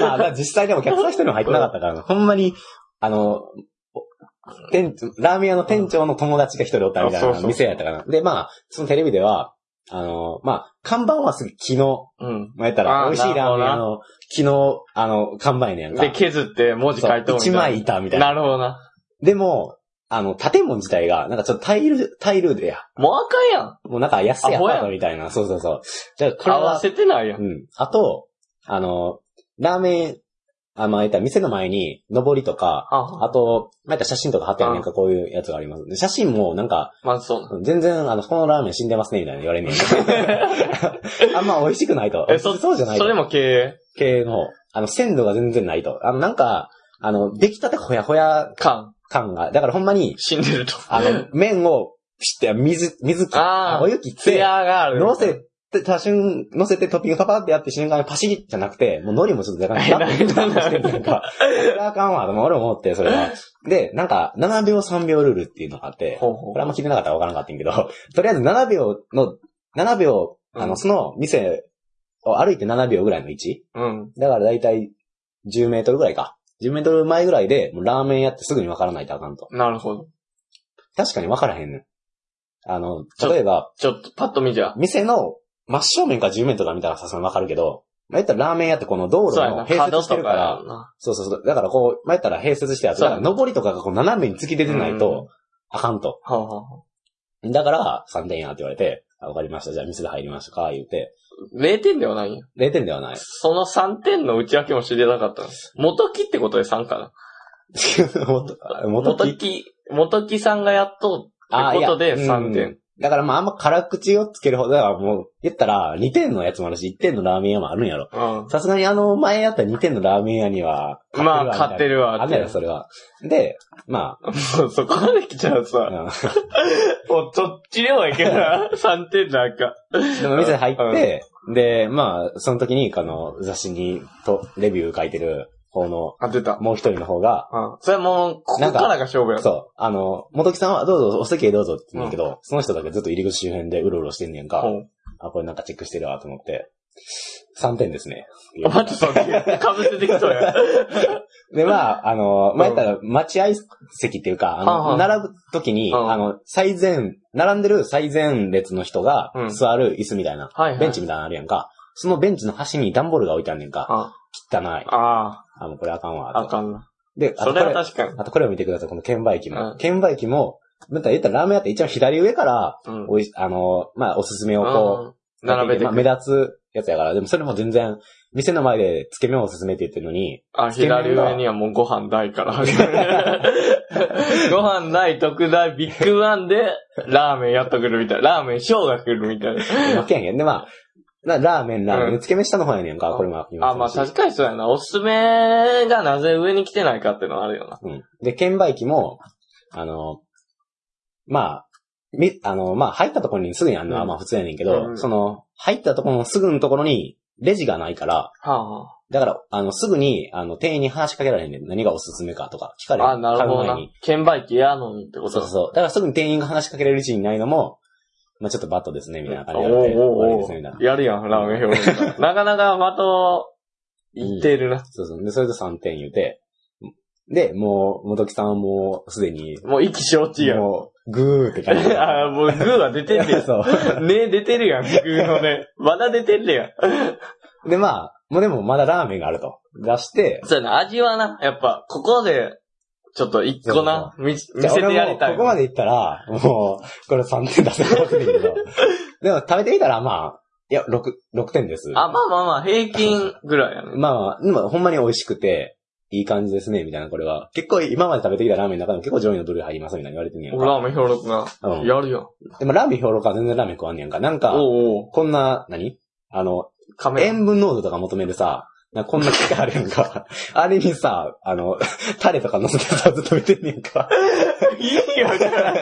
S2: まあ、だから実際でもお客さん一人も入ってなかったからな、ほんまに、あの、店長、ラーメン屋の店長の友達が一人おったみたい
S1: あそう
S2: な
S1: そう
S2: 店やったかな。で、まあ、そのテレビでは、あの、まあ、看板はすぐ木の、
S1: うん。
S2: まあ、やった
S1: あ
S2: ら、
S1: ー
S2: 美味しいラーメン屋
S1: なる
S2: の木の、あの、看板やねんか。
S1: で、削って文字書いて
S2: そう
S1: お
S2: 一枚板みたいな。
S1: なるほどな。
S2: でも、あの、建物自体が、なんかちょっとタイル、タイルでや、
S1: もうあかんやん。
S2: もうなんか安いアパ
S1: ア
S2: ー
S1: ホ
S2: ト
S1: や
S2: みたいな。そうそうそう。じゃあ、これ
S1: 合わ
S2: は、
S1: せてないやん
S2: う。ん。あと、あの、ラーメンあ、まあ、言ったら店の前に、上りとか、
S1: あ、
S2: あと、まあ、言ったら写真とか貼ってあるねんか、こういうやつがあります。で写真も、なんか、
S1: まずそうな。
S2: 全然、あの、このラーメン死んでますね、みたいな言われん ねん。あんま美味しくないと。
S1: えそ
S2: そうじゃない
S1: そ
S2: と
S1: れ。も経営
S2: 系の、あの、鮮度が全然ないと。あの、なんか、あの、出来たてほやほや
S1: 感、
S2: 感が、だからほんまに、
S1: 死んでると。
S2: あ の、麺を、ピシッて水、水切っ
S1: あー
S2: お湯切っ
S1: ツ
S2: て、
S1: ヤがある。
S2: 乗せて、多瞬、乗せてトッピングパパってやって瞬間にパシリじゃなくて、もう海苔もちょっと若干、
S1: えな
S2: ガッてしてるなんか、それはあかんわ、とも俺も思って、それは。で、なんか、7秒3秒ルールっていうのがあって、
S1: ほうほ
S2: これあんま聞いてなかったらわからなかったんやけど、 とりあえず7秒の、7秒、あ
S1: う
S2: の、
S1: ん
S2: その店を歩いて7秒ぐらいの位置
S1: う。うん。
S2: だからだいたい10メートルぐらいか。10メートル前ぐらいで、もうラーメン屋ってすぐに分からないとあかんと。
S1: なるほど。
S2: 確かに分からへんねん。あの、例えば、
S1: ちょっと、パッと見じゃ。
S2: 店の真正面から10メートルから見たらさすがに分かるけど、まあ、言ったらラーメン屋ってこの道路
S1: そうや
S2: の
S1: な。
S2: 併設してる
S1: 角と
S2: か
S1: かや
S2: ら
S1: ろ、な。
S2: そうそうそう。だからこう、まあ、言ったら併設してある。
S1: そうや
S2: だか
S1: な
S2: ら上りとかがこう斜めに突き出てないと、あかんと。
S1: はあはあはあ
S2: だから、3点やって言われて、あわかりました。じゃあ店で入りましたか、言うて。
S1: 0点ではないんや
S2: 0点ではない。
S1: その3点の内訳も知りたかったの。元木ってことで3かな。
S2: 元木
S1: 元木、元木さんがやっとってことで
S2: あいや
S1: 3
S2: う
S1: 点
S2: ん。だからまああんま辛口をつけるほど、だからもう、言ったら2点のやつもあるし、1点のラーメン屋もあるんやろ。
S1: うん。
S2: さすがにあの前やった2点のラーメン屋には、
S1: まあ、勝って
S2: る
S1: る
S2: わ。
S1: わ
S2: あ
S1: っ
S2: ん
S1: て。
S2: ねやろ、それは。で、ま
S1: もう そこまで来ちゃう
S2: あ、
S1: さ。
S2: う
S1: もう、どっちでもいけるな。3点なんか。
S2: ん、でも店入って、で、まあ、その時に、あの、雑誌に、と、レビュー書いてる方の、
S1: あ、出た。
S2: もう一人の方が、
S1: うん。それはもう、ここからが勝負やろ。
S2: そう、あの、元木さんは、どうぞ、お席へどうぞって言うんだけど、その人だけずっと入り口周辺でうろうろしてんねんか、
S1: うん
S2: あ、これなんかチェックしてるわ、と思って、3点ですね。
S1: あ待って、そう、かぶせてきそうや。
S2: で、まあ、あの、
S1: ん
S2: まあ、言ったら、待合席っていうか、あ
S1: うんう
S2: の、
S1: ん
S2: 並ぶときに、
S1: うん
S2: あの、最前、並んでる最前列の人が
S1: うん
S2: 座る椅子みたいな、
S1: はいはい。
S2: ベンチみたいなのあるやんか。そのベンチの端に段ボールが置いてあんねんか。
S1: あ
S2: 汚い。
S1: あ
S2: あ、もうこれあかん
S1: あ、
S2: わ。
S1: あかんな。
S2: で、あ
S1: そ
S2: とこ
S1: れは
S2: れ、
S1: 確かに。
S2: あとこれを見てください、この券売機
S1: う
S2: も。
S1: ん
S2: 券売機も、また言ったらラーメン屋って一番左上から、
S1: うん。
S2: おいし、あの、まあ、おすすめをこ
S1: う
S2: う、
S1: ん並べて
S2: まあ
S1: くる。
S2: 目立つやつやから、でもそれも全然、店の前でつけ麺をおすすめって言ってる のに、
S1: あ、
S2: つけ麺が
S1: 左上にはもうご飯ないから。ご飯ない特大ビッグワンで、ラーメンやっとくるみたいな。ラーメン小が来るみたい
S2: 負けやんけん。で、まあ、なラーメン、ラーメ
S1: う
S2: ン、つけ麺下の方やねんか、これも
S1: な。あ、まあ確かにそうやな。おすすめがなぜ上に来てないかってのはあるよな。
S2: に。うん。で、券売機も、あの、まあ、み、あの、まあ、入ったところにすぐにあるのは、
S1: うん
S2: まあ普通やねんけど、
S1: うん
S2: その、入ったところのすぐのところに、レジがないから、
S1: はあは
S2: だから、あの、すぐに、あの、店員に話しかけられへんねん。何がおすすめかとか、聞かれへん
S1: あ。あ、なるほど
S2: 買う
S1: な
S2: 前に。
S1: 券売機やのにってこ
S2: そ
S1: とだ。
S2: うそうそう。だからすぐに店員が話しかけれる位置にないのも、まあちょっとバットですね、みたいな感じ
S1: おう
S2: で言われて、
S1: お
S2: 悪いうで
S1: お
S2: すね、みたいな
S1: う。。やるやん、ラーメン表現。 なかなか的を、言ってるな。
S2: そうそう。で、それで3点言うて、で、もう、元木さんはもう、すでに、
S1: もう意気承知やん。
S2: もう、グーって感 じ。
S1: あーもうグーは出てるや
S2: そ
S1: ん。ね出てるやん、グーのね。まだ出てるやん。
S2: う。で、まあ、もうでもまだラーメンがあると。出して、
S1: そうやな、味はな、やっぱ、ここで、ちょっと一個な、み見せ
S2: じゃあ
S1: てやりた
S2: 俺も
S1: い。
S2: ここまで行ったら、もう、これ3点出せるわけだけ ど。でも食べてみたら、まあ、いや、6、6点です。
S1: あ、まあまあまあ、平均ぐらいやね。
S2: まあまあ、でもほんまに美味しくて、いい感じですね、みたいな、これは。結構、今まで食べてきたラーメンの中でも結構上位のどれ入ります、みたいな言われてんねやん
S1: お
S2: か。
S1: ラーメン評論な。
S2: うん。
S1: やるやん。
S2: でもラーメン評論家は全然ラーメン食わんねやんか。なんか、
S1: おうおう。
S2: こんな、何あの、
S1: カメラ。
S2: 塩分濃度とか求めるさ、なんかこんな機械あるや んか。あれにさ、あの、タレとか乗せてさ、ずっと見てんねんか。
S1: 意味わからん。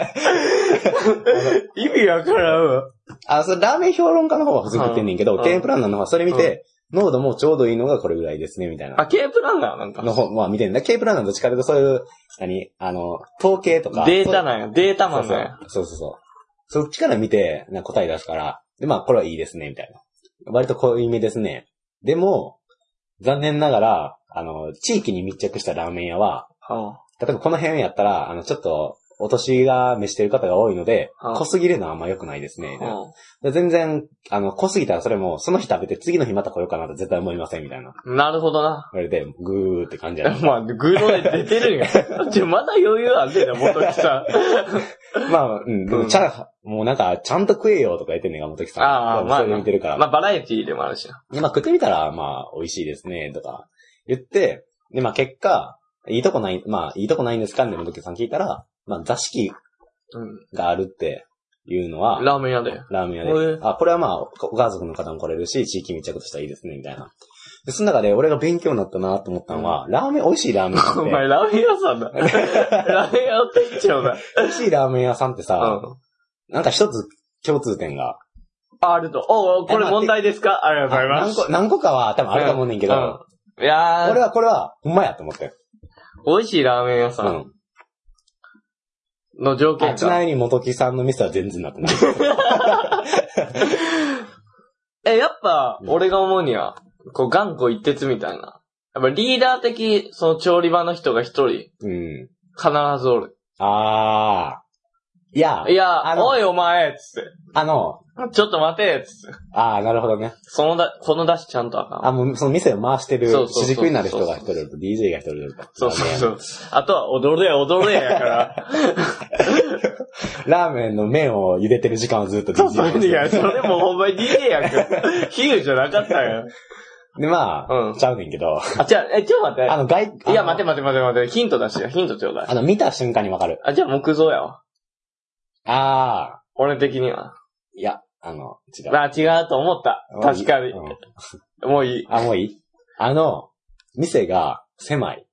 S1: 意味わからんわ。
S2: あ、それラーメン評論家の方は普通に食ってんねんけ
S1: うん
S2: ど、ケープランナーの方はそれ見て、濃度もちょうどいいのがこれぐらいですね、みたいな。
S1: あ、ケープランナーなんか。
S2: の方、まあ見てんだ。ケープランナーどっちかというとそういう、何あの、統計とか。
S1: データなんや。データマン
S2: そう
S1: なんや。
S2: そうそうそう。そっちから見て、なんか答え出すから、で、まあ、これはいいですね、みたいな。割と濃いめですね。でも、残念ながら、あの、地域に密着したラーメン屋は、
S1: うん
S2: 例えばこの辺やったら、あの、ちょっと、お年が召してる方が多いので、
S1: うん
S2: 濃すぎるのはあんま良くないですね。
S1: うん
S2: で全然、あの、濃すぎたらそれも、その日食べて次の日また来ようかなと絶対思いません、みたいな。
S1: なるほどな。
S2: 言われて、ぐーって感じやな。
S1: まあ、グードで出て るんや。ちょ、まだ余裕あんねんな、元木さん。
S2: まあ、うん、でも、ちゃ、もうなんか、ちゃんと食えよとか言ってんねんが、元木さん。
S1: ああ
S2: でもそれ
S1: まあ
S2: 見てるから。
S1: まあ、バラエティーでもあるしな。
S2: で、まあ食ってみたら、まあ、美味しいですね、とか、言って、で、まあ結果、いいとこない、まあいいとこないんですかって仏さん聞いたら、まあ座敷があるっていうのは、
S1: ラーメン屋で。
S2: ラーメン
S1: へ
S2: 屋
S1: え
S2: で。あ、これはまあ、ご家族の方も来れるし、地域密着としてはいいですね、みたいな。で、その中で俺が勉強になったなと思ったのは、ラーメン、美味しいラーメン屋 さん
S1: お
S2: って
S1: 前、ラーメン屋さん だ。ラーメン屋って言っちゃうな。
S2: 美味しいラーメン屋さんってさ、
S1: うん。
S2: なんか一つ共通点が、
S1: あると。おうおう、これ問題ですかありがとうございま
S2: 何
S1: す
S2: 個、。何個かは多分あると思うねんけど、
S1: うんいや
S2: 俺
S1: ー、
S2: はこれは、ほんまやと思って。
S1: 美味しいラーメン屋さん
S2: う
S1: の条
S2: ん。あ
S1: 件
S2: ちな
S1: が。
S2: みに元木さんの店は全然なってない。
S1: え、やっぱ、
S2: うん
S1: 俺が思うには、こう、頑固一徹みたいな。やっぱリーダー的、その調理場の人が一人、
S2: うん。
S1: 必ずおる。
S2: あー。いや、
S1: いや
S2: あ、の
S1: おいお前つっ
S2: あの、
S1: て。ちょっと待てつって。
S2: あー、なるほどね。
S1: そのだ、この出しちゃんとあかん。
S2: あ、もうその店を回してる、
S1: そうそうそう
S2: 主軸になる人が一人いると、DJ が一人いると。
S1: そうそうそう。あとは、踊れや、踊れや から。
S2: ラーメンの麺を茹でてる時間をずっと DJ が
S1: いや、それもほんまに DJ やんか。比喩じゃなかったよ。
S2: で、まあ、
S1: うん
S2: ちゃうねんけど、
S1: あ、じゃあ、え、ちょっと待
S2: あ
S1: っ
S2: の、外、
S1: て。いや、待て
S2: て。
S1: 待て待て待て。ヒント出してよ。ヒントちょうだい。
S2: あの、見た瞬間にわかる。
S1: あ、じゃあ、木造やわ。
S2: あ
S1: 俺的には。
S2: ー、いや、あの、違う。
S1: まあ、違うと思った。確かに
S2: う。ん
S1: もういい。
S2: あ、もういいあの、店が狭い。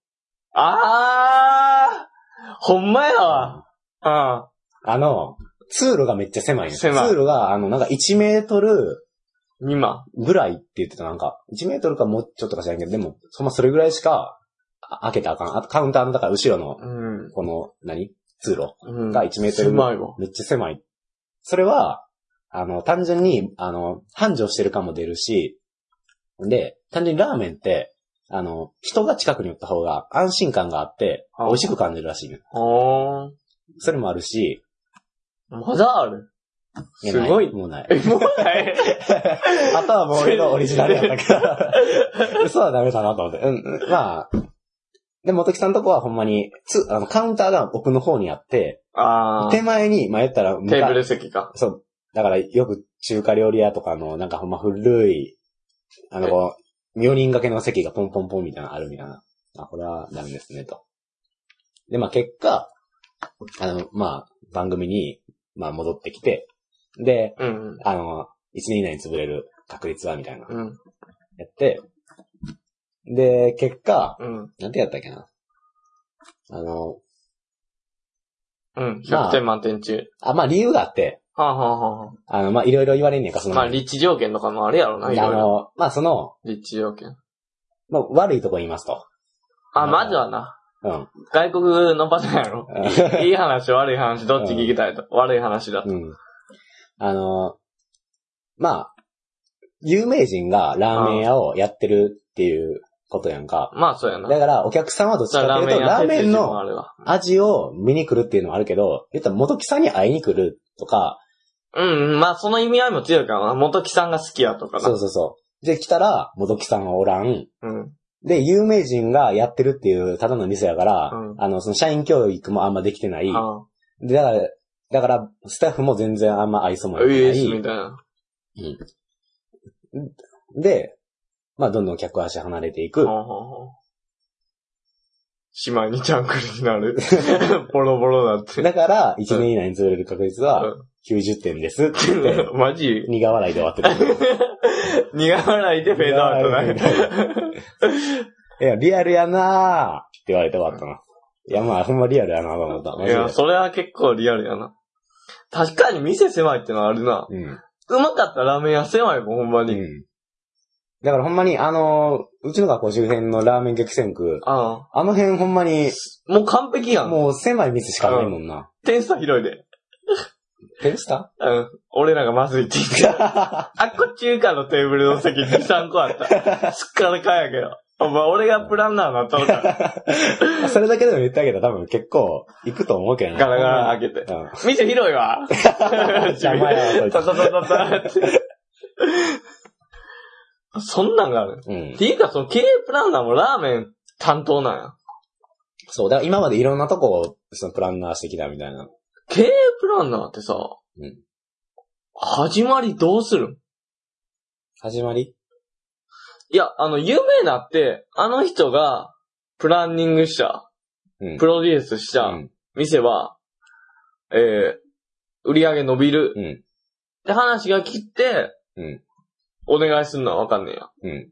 S1: あーほんまやわ。うん。
S2: あの、通路がめっちゃ狭いんです
S1: 狭い
S2: 通路が、あの、なんか1メートル
S1: 今。
S2: ぐらいって言ってた、なんか、1メートルかもうちょっとか知らんけど、でも、そんなそれぐらいしか、あ開けたらあかん。あとカウンターの、だから後ろの、
S1: うん。
S2: この、何通路
S1: うん。
S2: が1メートル
S1: 狭いわ。
S2: めっちゃ狭い。それは、あの、単純に、あの、繁盛してる感も出るし、で、単純にラーメンって、あの、人が近くに寄った方が安心感があって、
S1: あ
S2: 美味しく感じるらしいね。
S1: ほーん。
S2: それもあるし、
S1: まだある。
S2: や
S1: すごい
S2: なもうない。
S1: え、もうない。
S2: あとはもう 俺のオリジナルやったから。 嘘はダメだなと思って。うん、うんまあ。で、元木さんのとこはほんまに、つ、あの、カウンターが奥の方にあって、
S1: あー。
S2: 手前に、まあ、言ったら、
S1: テーブル席か。
S2: そう。だからよく中華料理屋とかの、なんかほんま古い、あの、こう、妙人掛けの席がポンポンポンみたいなのあるみたいな。あ、これはダメですね、と。で、まあ結果、あの、まあ、番組に、まあ戻ってきて、で、
S1: うん。
S2: あの、1年以内に潰れる確率は、みたいな、
S1: うん。
S2: やって、で、結果、
S1: うん。
S2: なんてやったっけな。あの、
S1: うん。
S2: ま
S1: 100
S2: あ
S1: 点満点中。
S2: あ、まあ理由があって、
S1: はあ、はあはあは
S2: あの、まあいろいろ言われんねんか、
S1: あ、
S2: その、
S1: まあ、立地条件とかもあるやろな、
S2: あ
S1: いろいろ。
S2: の、まあその、
S1: 立地条件。
S2: まあ、悪いとこ言いますと。
S1: あ、
S2: まあ
S1: まずはな。
S2: うん。
S1: 外国のパターンや ろ。いい話、悪い話、どっち聞きたいと。悪い話だと。
S2: うん。あの、まあ、有名人がラーメン屋をやってるっていうことやんか。
S1: まあ、そうやな。
S2: だから、お客さんはどっちかっていうと、ラーメンの
S1: あれは。
S2: 味を見に来るっていうのはあるけど、言ったら元木さんに会いに来るとか、
S1: うん、まあ、その意味合いも強いからな。元木さんが好きやとか
S2: そ
S1: な
S2: う。そうそう。で、来たら、元木さんはおらん。
S1: うん。
S2: で、有名人がやってるっていう、ただの店やから、
S1: うん
S2: あの、その社員教育もあんまできてない。
S1: あ
S2: で、だから、だから、スタッフも全然あんま愛想も
S1: あ、
S2: 良
S1: ウ
S2: くな
S1: イ
S2: い。
S1: みたいな。
S2: で、まあ、どんどん客足離れてい
S1: ほ
S2: く
S1: う。ほうほうしまいにちゃんくりにな る。ボロボロだって。
S2: だから、1年以内に釣れる確率は
S1: う
S2: 90点ですって言って、
S1: マジ
S2: 苦笑いで終わってた。
S1: 苦笑いでフェードアウトない。
S2: いや、リアルやなーって言われて終わったな。いや、まあ、ほんまリアルやなと思った。マ
S1: い
S2: ジで
S1: や、それは結構リアルやな。確かに店狭いってのはあるな。
S2: うん。
S1: うまかったラーメン屋狭いもん、ほんま
S2: う
S1: に。
S2: ん。だからほんまに、あのーうちの学校周辺のラーメン激戦区、
S1: あ
S2: あの辺ほんまに、
S1: あ。もう完璧やん。もう
S2: もう狭い店しかないもんな。
S1: 点差広いで。
S2: ペルスタ
S1: うん。俺らがまずいって言って。あっこ中華のテーブルの席2、3個あ った。すっからかんやけど。お前、俺がプランナーなったのか。
S2: それだけでも言ってあげたら多分結構行くと思うけどな。
S1: ガラガラ開けて。
S2: うん
S1: 店広いわ。
S2: 邪魔やわ
S1: タタタタタってそんなんがある。
S2: うん
S1: っ。ていうか、その経営プランナーもラーメン担当なんや。
S2: そう、だから今までいろんなとこを、そのプランナーしてきたみたいな。
S1: 経営プランナーってさ、
S2: うん
S1: 始まりどうするん
S2: 始まり
S1: いや、あの、有名なって、あの人が、プランニングした、
S2: うん。
S1: プロデュースし
S2: う
S1: た
S2: ん
S1: 店は、えー、売り上げ伸びる。
S2: うん
S1: って話が来て、
S2: うん
S1: お願いするのはわかんねえや。
S2: うん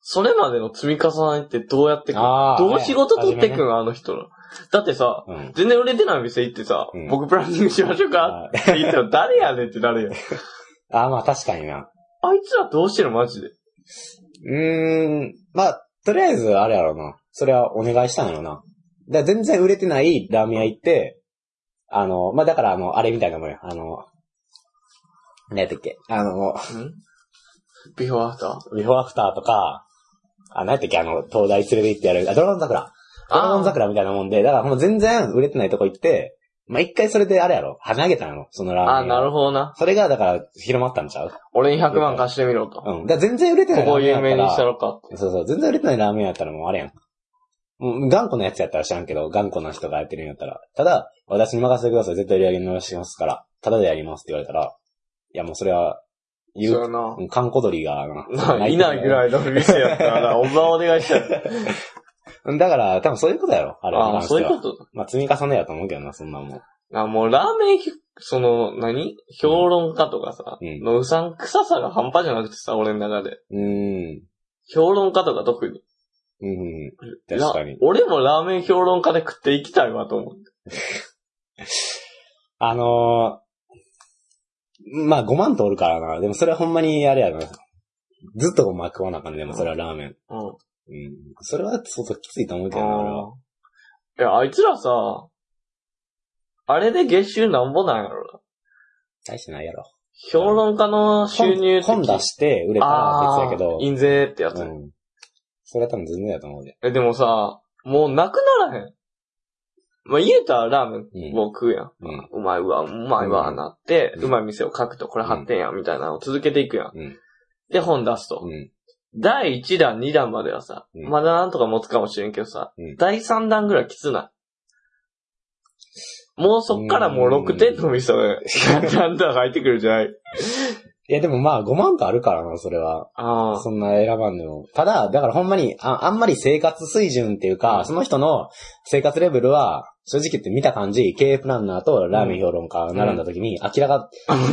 S1: それまでの積み重ねってどうやってく
S2: あー
S1: どう仕事取ってくん、
S2: ね
S1: あの人ら。だってさ、
S2: 初めね
S1: 全然売れてない店行ってさ、
S2: うん
S1: 僕プランニングしましょう
S2: うん。
S1: か
S2: あ
S1: って言ったら誰やねん ってなるよ。
S2: ーあー、まあ確かにな。
S1: あいつらどうしてるマジで。
S2: うーん。まあ、とりあえず、あれやろうな。それはお願いしたんやろうな。だから全然売れてないラーメン屋行って、あの、まあだから、あの、あれみたいなもんや。あの、何やったっけあの、
S1: ビフォーアフター。
S2: ビフォーアフターとか、あ、何やったっけあの、東大連れて行ってやる。あ、ドラゴン桜。ドラゴン桜みたいなもんで、だからもう全然売れてないとこ行って、まあ一回それであれやろ。跳ね上げたんやろ。そのラーメン
S1: あ
S2: 屋。
S1: あ、なるほどな。
S2: それがだから広まったんちゃう
S1: 俺に100万貸してみろと。
S2: うん。だから全然売れてな
S1: こ
S2: い
S1: こ
S2: ラー
S1: を
S2: メン
S1: 有
S2: や
S1: 名
S2: ったら。
S1: にしたろかって。
S2: そうそう、全然売れてないラーメンやったらもうあれやん。もう頑固なやつやったら知らんけど、頑固な人がやってるんやったら。ただ、私に任せてください。絶対売り上げ伸ばしますから。ただでやりますって言われたら、いやもうそれは、言
S1: そう
S2: う、
S1: やな。
S2: うん観光鳥がな、
S1: いないぐ
S2: い
S1: らいの店やった ら、おばお願いしたい。
S2: うん。だから、多分そういうことやろ。あれ。
S1: ああ、そういうことと
S2: まあ積み重ねやと思うけどな、そんなもん。
S1: あ、もうラーメンひ、その、何評論家とかさ、
S2: うん
S1: のうさんくささが半端じゃなくてさ、俺の中で。
S2: うーん。
S1: 評論家とか特に。
S2: うん。確かに
S1: ラ俺もラーメン評論家で食っていきたいわと思う。
S2: あのー、まあ5万通るからな。でもそれはほんまにあれやな。ずっとまあ食わなあかんね。でもそれはラーメン。
S1: うん。
S2: うん。それは相当きついと思うけどな、俺
S1: あ
S2: は。
S1: あ。いや、あいつらさ、あれで月収なんぼなんやろな。
S2: 大してないやろ。
S1: 評論家の収入
S2: 本本出して売れたら別やけど
S1: あー。印税ってやつ。
S2: うん。それは多分全然やと思うで。
S1: え、でもさ、もうなくならへん。まあ、言えたらラーメンを食うやん。
S2: うん。
S1: うまいわ、うまいわ、
S2: うん
S1: なって、
S2: うん
S1: うまい店を書くとこれ発展や、みたいなのを続けていくやん。
S2: うん
S1: で、本出すと。
S2: うん。
S1: 第1弾、2弾まではさ、
S2: うん
S1: まだなんとか持つかもしれんけどさ、
S2: うん
S1: 第3弾ぐらいきつない。もうそっからもう6点の店 が、だんだん入ってくるじゃない。
S2: いやでもまあ5万とあるからな、それは。
S1: ああ。
S2: そんな選ばんでも。ただ、だからほんまに、ああんまり生活水準っていうか、
S1: うん
S2: その人の生活レベルは、正直言って見た感じ、経営プランナーとラーメン評論家が並んだ時に、明らか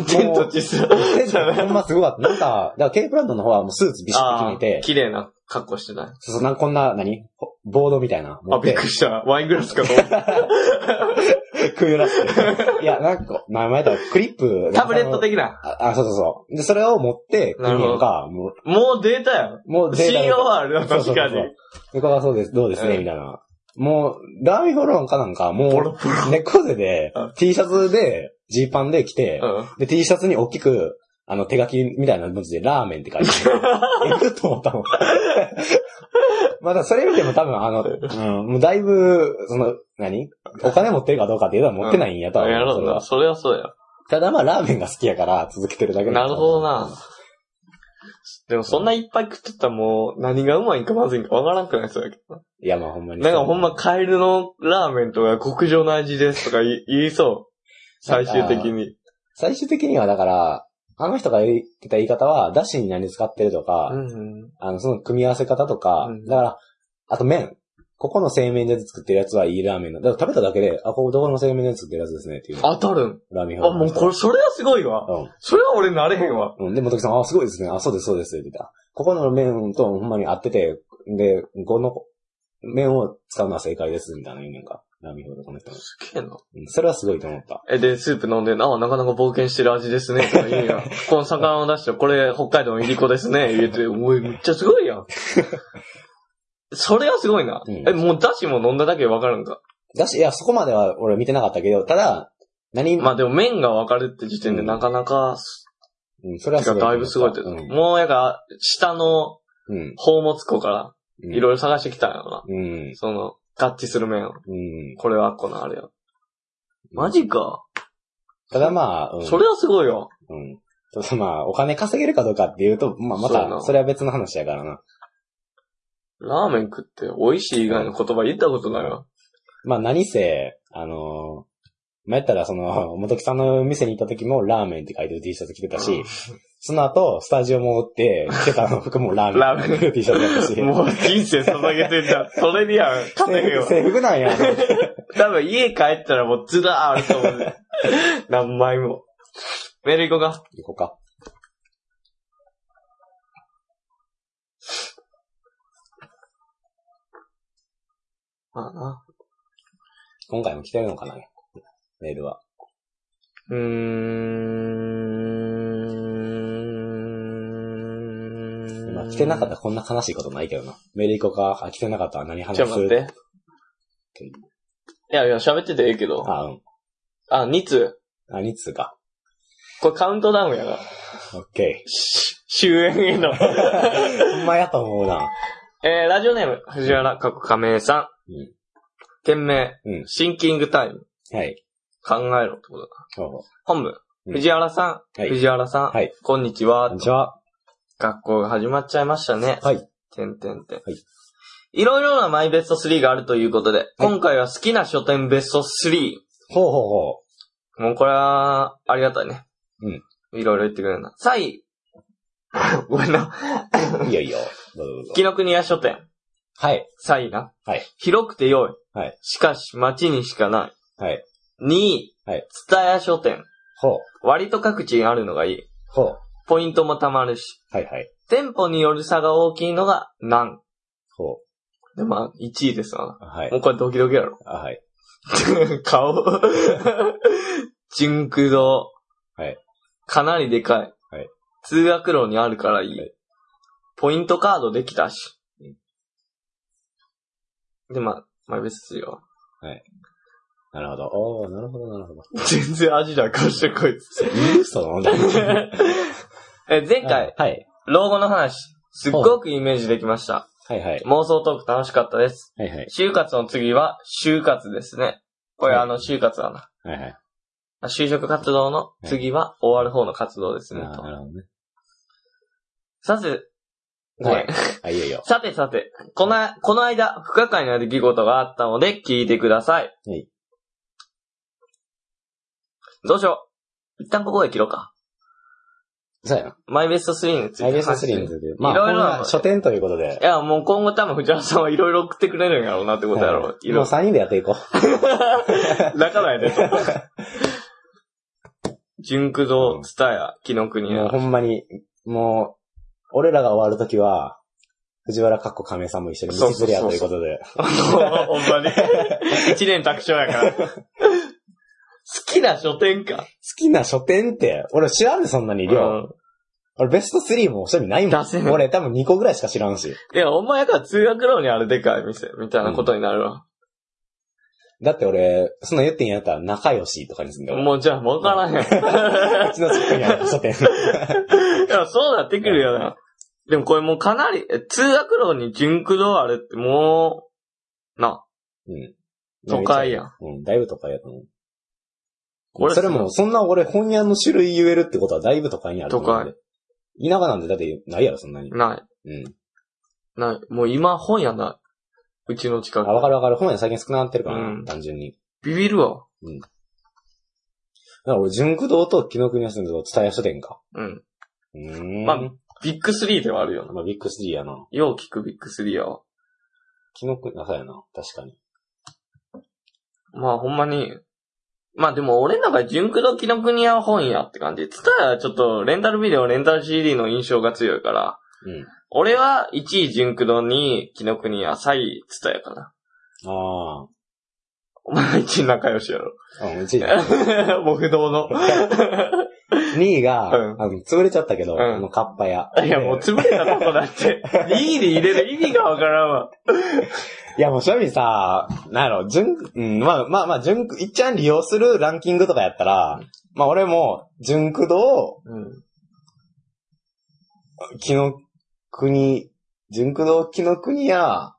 S1: 天と地する。
S2: ほんますごかった。なんか、だからケープランドの方はもうスーツビシッと決め
S1: あー
S2: て、
S1: 綺麗な格好してない。
S2: そうそう、なんかこんな、何ほボードみたいな。持
S1: あ、
S2: っ
S1: びってくりした。ワイングラスかと思 った。
S2: くぐらせて。いや、なんか、前々だったらクリップ。
S1: タブレット
S2: で。
S1: 的な。
S2: あ、あそうそうそう。で、それを持って、
S1: なる
S2: 国
S1: ほど
S2: とか、も
S1: もうデータやん。
S2: う、もうデータで。
S1: COR だ、
S2: そうそ
S1: 確
S2: う
S1: か
S2: そう
S1: に。。
S2: ここはそうです、どうですね、
S1: うん
S2: みたいな。もう、ラーメンフォロンかなんか、も
S1: ボロ
S2: う、
S1: ボロ。
S2: 猫背で
S1: うん、
S2: T シャツで、ジーパンで着て、
S1: うん。
S2: で、T シャツに大きく、あの、手書きみたいな文字で、ラーメンって書いて ある。えぐっと思ったもん。まだそれ見ても多分あの、うん、もうだいぶ、その、何お金持ってるかどうかっていうのは持ってないんやとは
S1: あ
S2: 思う
S1: やろ
S2: そうれ
S1: な。
S2: は
S1: それはそうや。
S2: ただまあ、ラーメンが好きやから続けてるだけ
S1: なるほど
S2: ど。
S1: な。でもそんないっぱい食っとったらもう何がうまいんかまずいんかわからんくないそうやけど。
S2: いや、まあほんまに。
S1: なんかほんまカエルのラーメンとか極上の味ですとか言い言いそう。最終的に。
S2: 最終的にはだから、あの人が言ってた言い方は、だしに何使ってるとか、
S1: うんうん。
S2: あの、その組み合わせ方とか、
S1: うん
S2: だから、あと麺。ここの製麺所で作ってるやつはいいラーメンだ。だから食べただけで、あ、ここどこの製麺所で作ってるやつですねっていう。
S1: 当たるん。
S2: ラーメン
S1: あ、もうこれ、それはすごいわ。それは俺なれへんわ。
S2: うん。うん。で、元木さん、あ、すごいですね。あ、そうです、そうです。って言ってた。ここの麺とほんまに合ってて、で、この麺を使うのは正解です、みたいな言うねんか。ラーメン表でこの人も。
S1: すげえな。
S2: うん。それはすごいと思った。
S1: え、で、スープ飲んで、あ、なかなか冒険してる味ですね。とか言うん や。この魚の出汁と、これ北海道のいりこですね。言うて、おい、めっちゃすごいや ん。それはすごいな。
S2: うん
S1: え、もう出汁も飲んだだけでわかるんか。
S2: だし、いや、そこまでは俺見てなかったけど、ただ、何、
S1: まあでも麺が分かるって時点でなかなか、
S2: うん、それは
S1: てか
S2: と思っ
S1: だい
S2: た
S1: ぶすごいって。
S2: うん。
S1: もうやが、下の
S2: うん。
S1: 宝物庫から、
S2: うん
S1: いろいろ探してきたんやろな。
S2: うん。
S1: その、合致する麺を。
S2: うん。
S1: これはこのあれや。マジか。
S2: ただまあ、うん。
S1: それはすごいよ。
S2: うん。ただまあ、お金稼げるかどうかっていうと、まあま
S1: そうやな
S2: た、それは別の話やからな。
S1: ラーメン食って美味しい以外の言葉言ったことないわ。
S2: まあ何せ、あの ー、まあやったらその、元木さんの店に行った時もラーメンって書いてる T シャツ着てたし、その後、スタジオも追って、ケタの服もラーメン。
S1: ラーメン
S2: T シャツだったし。
S1: もう人生捧げてんじゃ ん。それには勝てへん
S2: 制
S1: よ
S2: 服。制服なんや。
S1: 多分家帰ったらもうずらーあると思う ね。何枚も。メール行こうか。
S2: 行こうか。
S1: まあな。
S2: 今回も来てるのかなメールは。
S1: うーん。
S2: 今、来てなかったらこんな悲しいことないけどな。メール行こうか。あ、来てなかったら何話
S1: ち
S2: す
S1: ょっと待って。
S2: てい
S1: いやいや、喋っててええけど。
S2: あ、うん。
S1: あ、2通。
S2: あ、2通か。
S1: これカウントダウンやな。
S2: オッケ
S1: し終焉への。
S2: ー。ほんまやと思うな。
S1: えー、ラジオネーム、藤原過去亀井さん。
S2: うん
S1: 件名、
S2: うん
S1: シンキングタイム、
S2: はい。
S1: 考えろってことだ。
S2: ほうほう
S1: 本部、
S2: うん
S1: 藤原さん、
S2: はい
S1: 藤原さん、
S2: はい
S1: こんにち
S2: こ
S1: は
S2: んに。ちは。
S1: 学校が始まっちゃいましたね。
S2: はい。
S1: てんてんてん。
S2: はい。
S1: いろいろなマイベスト3があるということで、今回は好きな書店ベスト3。
S2: ほうほうほ
S1: もうこれは、ありがたいね。
S2: うん。
S1: いろいろ言ってくれるな。3位。 ごめんな。
S2: う。いいよいいよ。どうぞどうぞ。
S1: 紀ノ国屋書店。
S2: はい。
S1: 3位な。
S2: はい。
S1: 広くて良い。
S2: はい。
S1: しかし、街にしかない。
S2: はい。
S1: 2位。
S2: はい。
S1: ツタヤ書店。
S2: ほう。
S1: 割と各地にあるのがいい。
S2: ほう。
S1: ポイントもたまるし。
S2: はいはい。
S1: 店舗による差が大きいのが、なん。
S2: ほ
S1: で、まあ、1位ですわ
S2: う。は
S1: な。
S2: い
S1: も。うこれドキドキやろ。
S2: あはい。
S1: 顔。純駆動。
S2: はい。
S1: かなりでかい。
S2: はい。
S1: 通学路にあるからいい。
S2: は
S1: ポイントカードできたし。で、まあ、まあ別ですよ。
S2: なるほど。おー、なるほど、なるほど。
S1: 全然味ない顔してこいつ。
S2: 嘘の問題。
S1: え前回、
S2: はい。
S1: 老後の話、すっごくイメージできました。
S2: はいはい。
S1: 妄想トーク楽しかったです。
S2: はいはい。
S1: 就活の次は、就活ですね。これ
S2: はい
S1: あの、就活だな。
S2: はいはい。
S1: あ就職活動の次は、終わる方の活動ですね。
S2: あーな
S1: と
S2: るほどね。
S1: さて、ご
S2: は
S1: め
S2: い
S1: ん。。
S2: あ、いいよいいよ。
S1: さてさて、この、この間、不可解な出来事があったので、聞いてください。
S2: はい。
S1: どうしよう。一旦ここで切ろうか。
S2: そうやな。
S1: マイベスト3について
S2: アイ
S1: 話
S2: ベ
S1: し
S2: ス
S1: て。
S2: ト3について。まあ、
S1: いろいろ
S2: こんな書店ということで
S1: い。や、もう今後多分藤原さんはいろいろ送ってくれるんやろうなってことやろ
S2: は
S1: う。
S2: い
S1: い
S2: も
S1: ろ
S2: う3人 でやっていこう。
S1: 仲間や で、ね。純駆動、ツタヤ、紀ノ国
S2: もう
S1: 屋。
S2: ほんまに、もう、俺らが終わるときは、藤原かっこ亀井さんも一緒に道連れやということで。
S1: ほんまに。一年卓勝や から。好きな書店か。
S2: 好きな書店って、俺知らんでそんなに量。俺ベスト3も趣味ないも
S1: 出せへん
S2: ん。俺多分2個ぐらいしか知らんし。
S1: いや、お前やから通学路にあるでかい店、みたいなことになるわ。
S2: だって俺、そんなん言ってんやったら仲良しとかにすんだよ。
S1: もうじゃあ、わからへ
S2: うちの近くにある書 店。
S1: ん。いや、そうなってくるよな。でもこれもうかなり、え通学路に純駆動あるってもう、な、
S2: うん。
S1: 都会やん。
S2: うん、だいぶ都会やと思う。
S1: これ
S2: それも、そんな俺本屋の種類言えるってことはだいぶ都会にあると思うんで。田舎なんてだってないやろ、そんなに。
S1: な
S2: うん。
S1: い。ない。もう今本屋な。いうちの近
S2: あ、
S1: く。
S2: わかるわかる。本屋最近少ななってるからな、
S1: うん
S2: 単純に。
S1: ビビるわ。
S2: だから俺、純駆動と紀ノ国屋住んでると伝え書店か。
S1: うん。
S2: うーん。
S1: ま
S2: ま
S1: あビッグスリーではあるよ
S2: あ、
S1: な。
S2: まあ、ビッグスリーやな。
S1: よう聞くビッグスリーやわ。
S2: 紀ノ国屋、そうやな。確かに。
S1: まあほんまに。まあでも俺の中で純駆動紀ノ国屋本屋って感じ。つったらちょっとレンタルビデオ、レンタル CD の印象が強いから。
S2: うん。
S1: 俺は1位純駆動に紀ノ国屋、3位つったやかな。
S2: あ
S1: お前は1位仲良しやろ。
S2: あ。うん、1位。
S1: 僕どうの。
S2: 2位が、
S1: うん
S2: あの、潰れちゃったけど、
S1: うん
S2: あの、カッパ屋。
S1: いやもう潰れたとこだ って。2位で入れる意味がわからんわ。
S2: いや、もう正味さ、なんやろ、純、うん、まあまあまあ、純、いっちゃん利用するランキングとかやったら、まあ俺も、純駆動、
S1: うん。
S2: 木の国、純駆動、木の国や、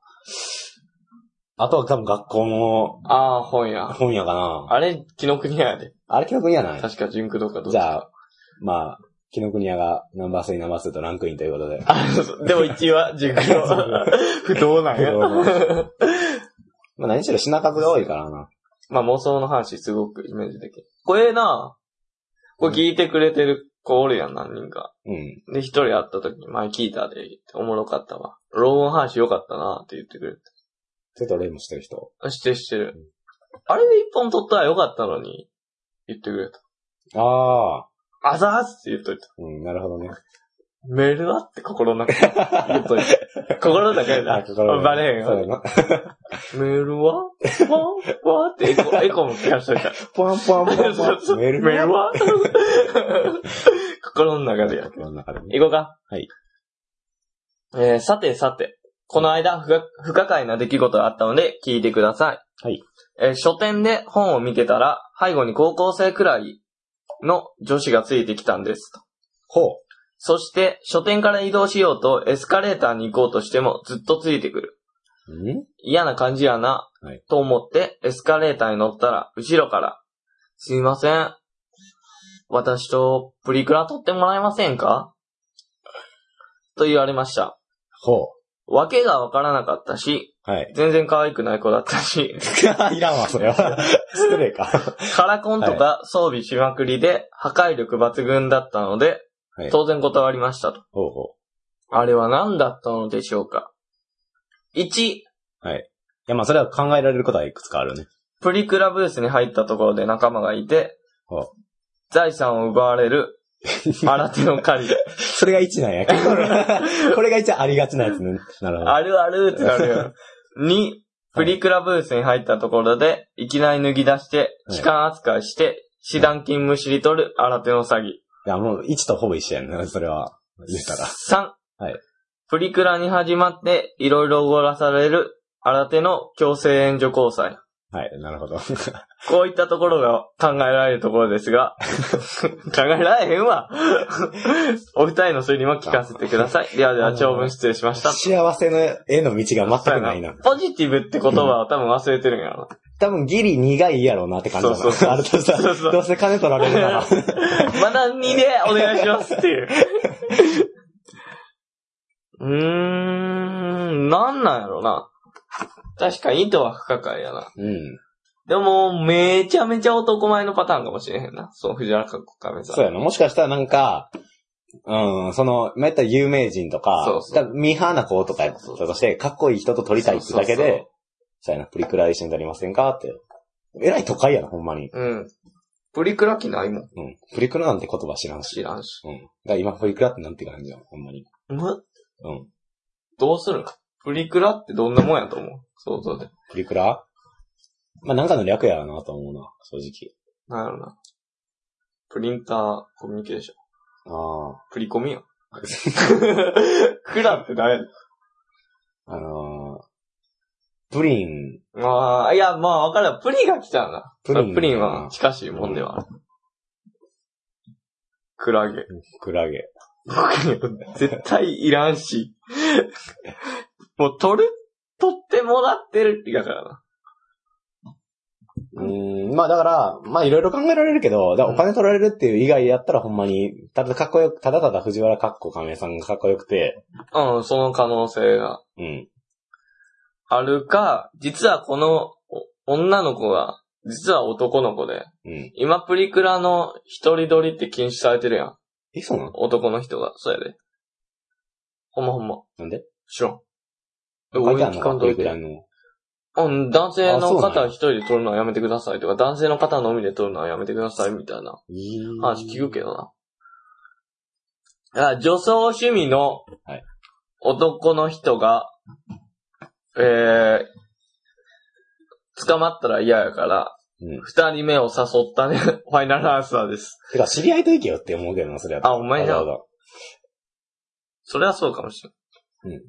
S2: あとは多分学校
S1: ああ、本
S2: の
S1: 屋。
S2: 本屋かな。
S1: あれ、紀ノ国屋やで。
S2: あれ木の国やない
S1: 確か、純駆動かどうか。
S2: じゃあ、まあ、木の国屋がナンバー3、ナンバー2とランクインということで。
S1: あ。そうでも一位は純駆 動。不動なんや
S2: 不。 まあ何しろ品数が多いからな。
S1: まあ妄想の話すごくイメージできる。これな、これ聞いてくれてるこうおるやん、何人か。
S2: うん。
S1: で、一人会った時に、前聞いたで、おもろかったわ。ローン話良かったなって言ってくれた
S2: ちょっとレイもしてる人。
S1: あしてるしてる。あれで一本取ったら良かったのに、言ってくれた。
S2: ああ。
S1: あざーすって言っといた。
S2: うん、なるほどね。
S1: メールだって心の中で言っとい た。心の中やな。バレへん
S2: そ
S1: よ。
S2: うやな。
S1: メールはわーわーってエコエコも聞かしといた。
S2: ポンポンポンポン。メール
S1: メールは 心の中でや。
S2: 真ん中でね。
S1: 行こうか。
S2: はい。
S1: えー、さてさて、この間不可、不可解な出来事があったので、聞いてください。
S2: はい。
S1: えー書店で本を見てたら、背後に高校生くらいの女子がついてきたんですと。
S2: ほ
S1: そして、書店から移動しようと、エスカレーターに行こうとしても、ずっとついてくる。
S2: う。ん
S1: 嫌な感じやな、
S2: はい
S1: と思って、エスカレーターに乗ったら、後ろから、すいません。私とプリクラ撮ってもらえませんかと言われました。
S2: ほ
S1: わけがわからなかったし、
S2: う。はい。
S1: 全然可愛くない子だったし、
S2: いらんわ、それは。 失礼か。
S1: カラコンとか装備しまくりで、破壊力抜群だったので
S2: はい、
S1: 当然断りましたと。
S2: ほうほ
S1: あれは何だったのでしょうか ?1、
S2: う。はい。いや、まあ、それは考えられることはいくつかあるね。
S1: プリクラブースに入ったところで仲間がいて
S2: はあ、
S1: 財産を奪われる、新手の狩り。
S2: それが1なんや。これが1ありがちなやつね。なるほど。
S1: あるあるってなる よ。2、プリクラブースに入ったところで、いきなり脱ぎ出して、
S2: はい
S1: 痴漢扱いして、死断金むしり取る、新手の詐欺。
S2: いや、もう1とほぼ一緒やんな、それは。言ったら。
S1: 3、
S2: はい
S1: プリクラに始まって、いろいろおごらされる、新手の強制援助交際。
S2: はい、なる ほど。
S1: こういったところが考えられるところです が、考えられへんわ。お二人の推理も聞かせてください。ではでは長文失礼しました。
S2: 幸せの絵の道が全くないな。
S1: ポジティブって言葉は多分忘れてるんやろ
S2: 多分ギリ苦いやろうなって感じだな。
S1: そうそうそう
S2: あれとさ、
S1: そうそう
S2: どうせ金取られるなら。
S1: な。まだ2でお願いしますっていう。うーん、なんなんやろな。確かに意図は不可解やな。
S2: うん。
S1: でも、めちゃめちゃ男前のパターンかもしれへんな。そう、藤原かっこかめさん。
S2: そうやな。もしかしたらなんか、うん、その、まあ、やったら有名人とか、
S1: そうそう
S2: だからミーハーな子とかやったとして、かっこいい人と撮りたいってだ
S1: そう
S2: け
S1: そうそう
S2: で、そうやな、プリクラ一緒に撮りませんかって。えらい都会やな、ほんまに。
S1: うん。プリクラ機ないもん。
S2: うん。プリクラなんて言葉知らんし。
S1: 知らんし。
S2: うん。だから今プリクラってなんて感じやん、ほんまに。
S1: む、
S2: うん。
S1: どうするプリクラってどんなもんやと思う想像で。
S2: プリクラまあ、なんかの略やなと思うな、正直。
S1: なんやろな。プリンターコミュニケーション。
S2: あ
S1: プリコ ミよ。クラって誰
S2: あ。あのー、プリン、
S1: まあ、いや、まあ、わかるわ。プリが来たな。
S2: プリン
S1: プリンは近しいもんではある。クラゲ。
S2: クラゲ。
S1: 絶対いらん し。もう、取る取ってもらってるってだからな。
S2: うーん、まあだから、まあいろいろ考えられるけど、だからお金取られるっていう以外やったらほんまに、ただかっこよく、ただただ藤原かっこ亀井さんがかっこよくて、
S1: うん、その可能性が
S2: うん。
S1: あるか、実はこのお女の子が、実は男の子で、
S2: うん。
S1: 今プリクラの一人撮りって禁止されてるやん。
S2: え、そうなの
S1: 男の人が、そうやで。ほんまほんま。
S2: なんで
S1: 知らん。え、
S2: 書い
S1: 俺
S2: てあ
S1: に
S2: る
S1: 聞
S2: の
S1: か
S2: か
S1: ん
S2: プ
S1: とい
S2: リクラ
S1: て。
S2: の。
S1: うん、男性
S2: あそ
S1: の
S2: うなんや
S1: 方一人で撮るのはやめてくださいとか、男性の方のみで撮るのはやめてくださいみたいな話聞くけどな。あ、女装趣味の
S2: はい
S1: 男の人が、えー、捕まったら嫌やから、
S2: うん。
S1: 二人目を誘ったね、 ファイナルアンサーです。
S2: てか、知り合いと行けよって思うけどな、それやったら
S1: あお前な
S2: わざわ
S1: それはそうかもしれん。
S2: ざ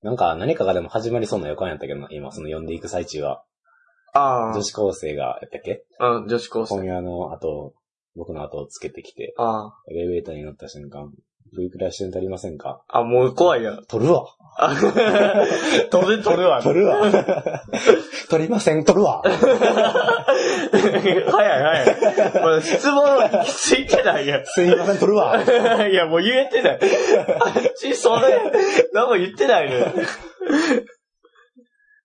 S2: なんか、何かがでも始まりそうな予感やったけどな、今、その呼んでいく最中は。
S1: あ
S2: 女子高生が、やったっけ
S1: あ、うん、女子高
S2: 今
S1: 生。
S2: 夜の後、僕の後をつけてきて、
S1: あ
S2: エレベーターに乗った瞬間、プリクラ一緒に撮りませんか
S1: あ、あ、もう怖い やん。
S2: 撮るわ
S1: あ当然取るわ。
S2: 撮るわ 撮りません、撮る わ
S1: 早い 早い。これ質問ついてないやん。
S2: すいません、撮るわ。
S1: いや、もう言えてない。あっち、それ、何も言ってない のよ。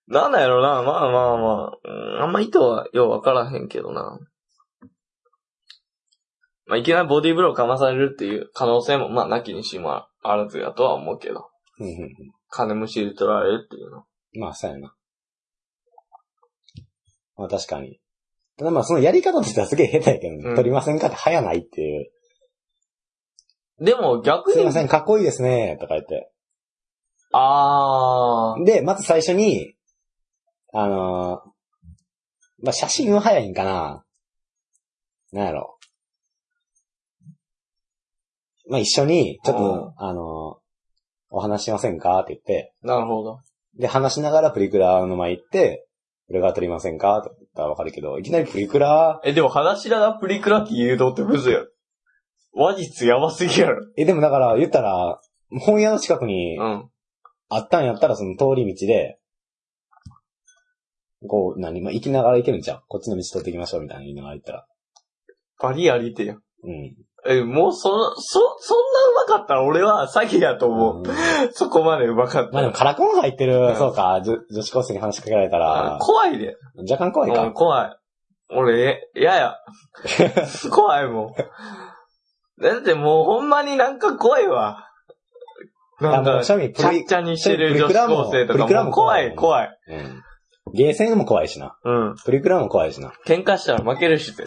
S1: なんだやろな、まあまあまあ。うんあんま意図はようわからへんけどな。ままあ、いきなりボディーブローかまされるっていう可能性も、まあ、なきにしもあらずやとは思うけど。
S2: うんうん
S1: 金虫で取られるっていうの。
S2: うん。まあ、そうやな。まあ、確かに。ただまあ、そのやり方としてはすげえ下手やけどね、
S1: うん
S2: 取りませんかって早ないっていう。
S1: でも逆に。
S2: すいません、かっこいいですね、とか言って。
S1: あー。
S2: で、まず最初に、あのーまあ、写真は早いんかな。なんやろ。まあ、一緒に、ちょっと、あのーお話しませんかって言って、
S1: なるほど。
S2: で、話しながらプリクラの前行って、これが撮りませんかとか言ったらわかるけど、いきなりプリクラ、
S1: え、でも、裸足だな、プリクラ機誘導ってむずいやろ。話術やばすぎやろ。
S2: え、でもだから、言ったら、本屋の近くに
S1: うん。
S2: あったんやったら、その通り道で、こう、何、まあ、行きながら行けるんちゃうこっちの道取っていきましょう、みたいな言いながら行ったら。
S1: バリありてや。
S2: うん。
S1: え、もう、その、そ、そんな上手かったら俺は詐欺やと思う。
S2: うん
S1: そこまで上手かった。
S2: まあ、でも、カラコン入ってる、
S1: うん
S2: そうか、じょ女子高生に話しかけられた
S1: あ
S2: ら、
S1: 怖いで。
S2: 若干怖い
S1: うん
S2: か。
S1: 怖い。俺、えや や。怖いもん。だってもうほんまになんか怖いわ。なん
S2: あも
S1: か、
S2: う
S1: ち
S2: 正
S1: ゃ
S2: 味
S1: っ
S2: プリ
S1: ちゃにしてる
S2: プリ
S1: 女
S2: クラ
S1: 子
S2: も
S1: 高生と
S2: プリク
S1: か
S2: ラ
S1: も
S2: も
S1: う怖い、怖
S2: 怖
S1: い。
S2: うん。ゲーセンも怖いしな。
S1: うん。
S2: プリクラも怖いしな。
S1: 喧嘩したら負ける しって。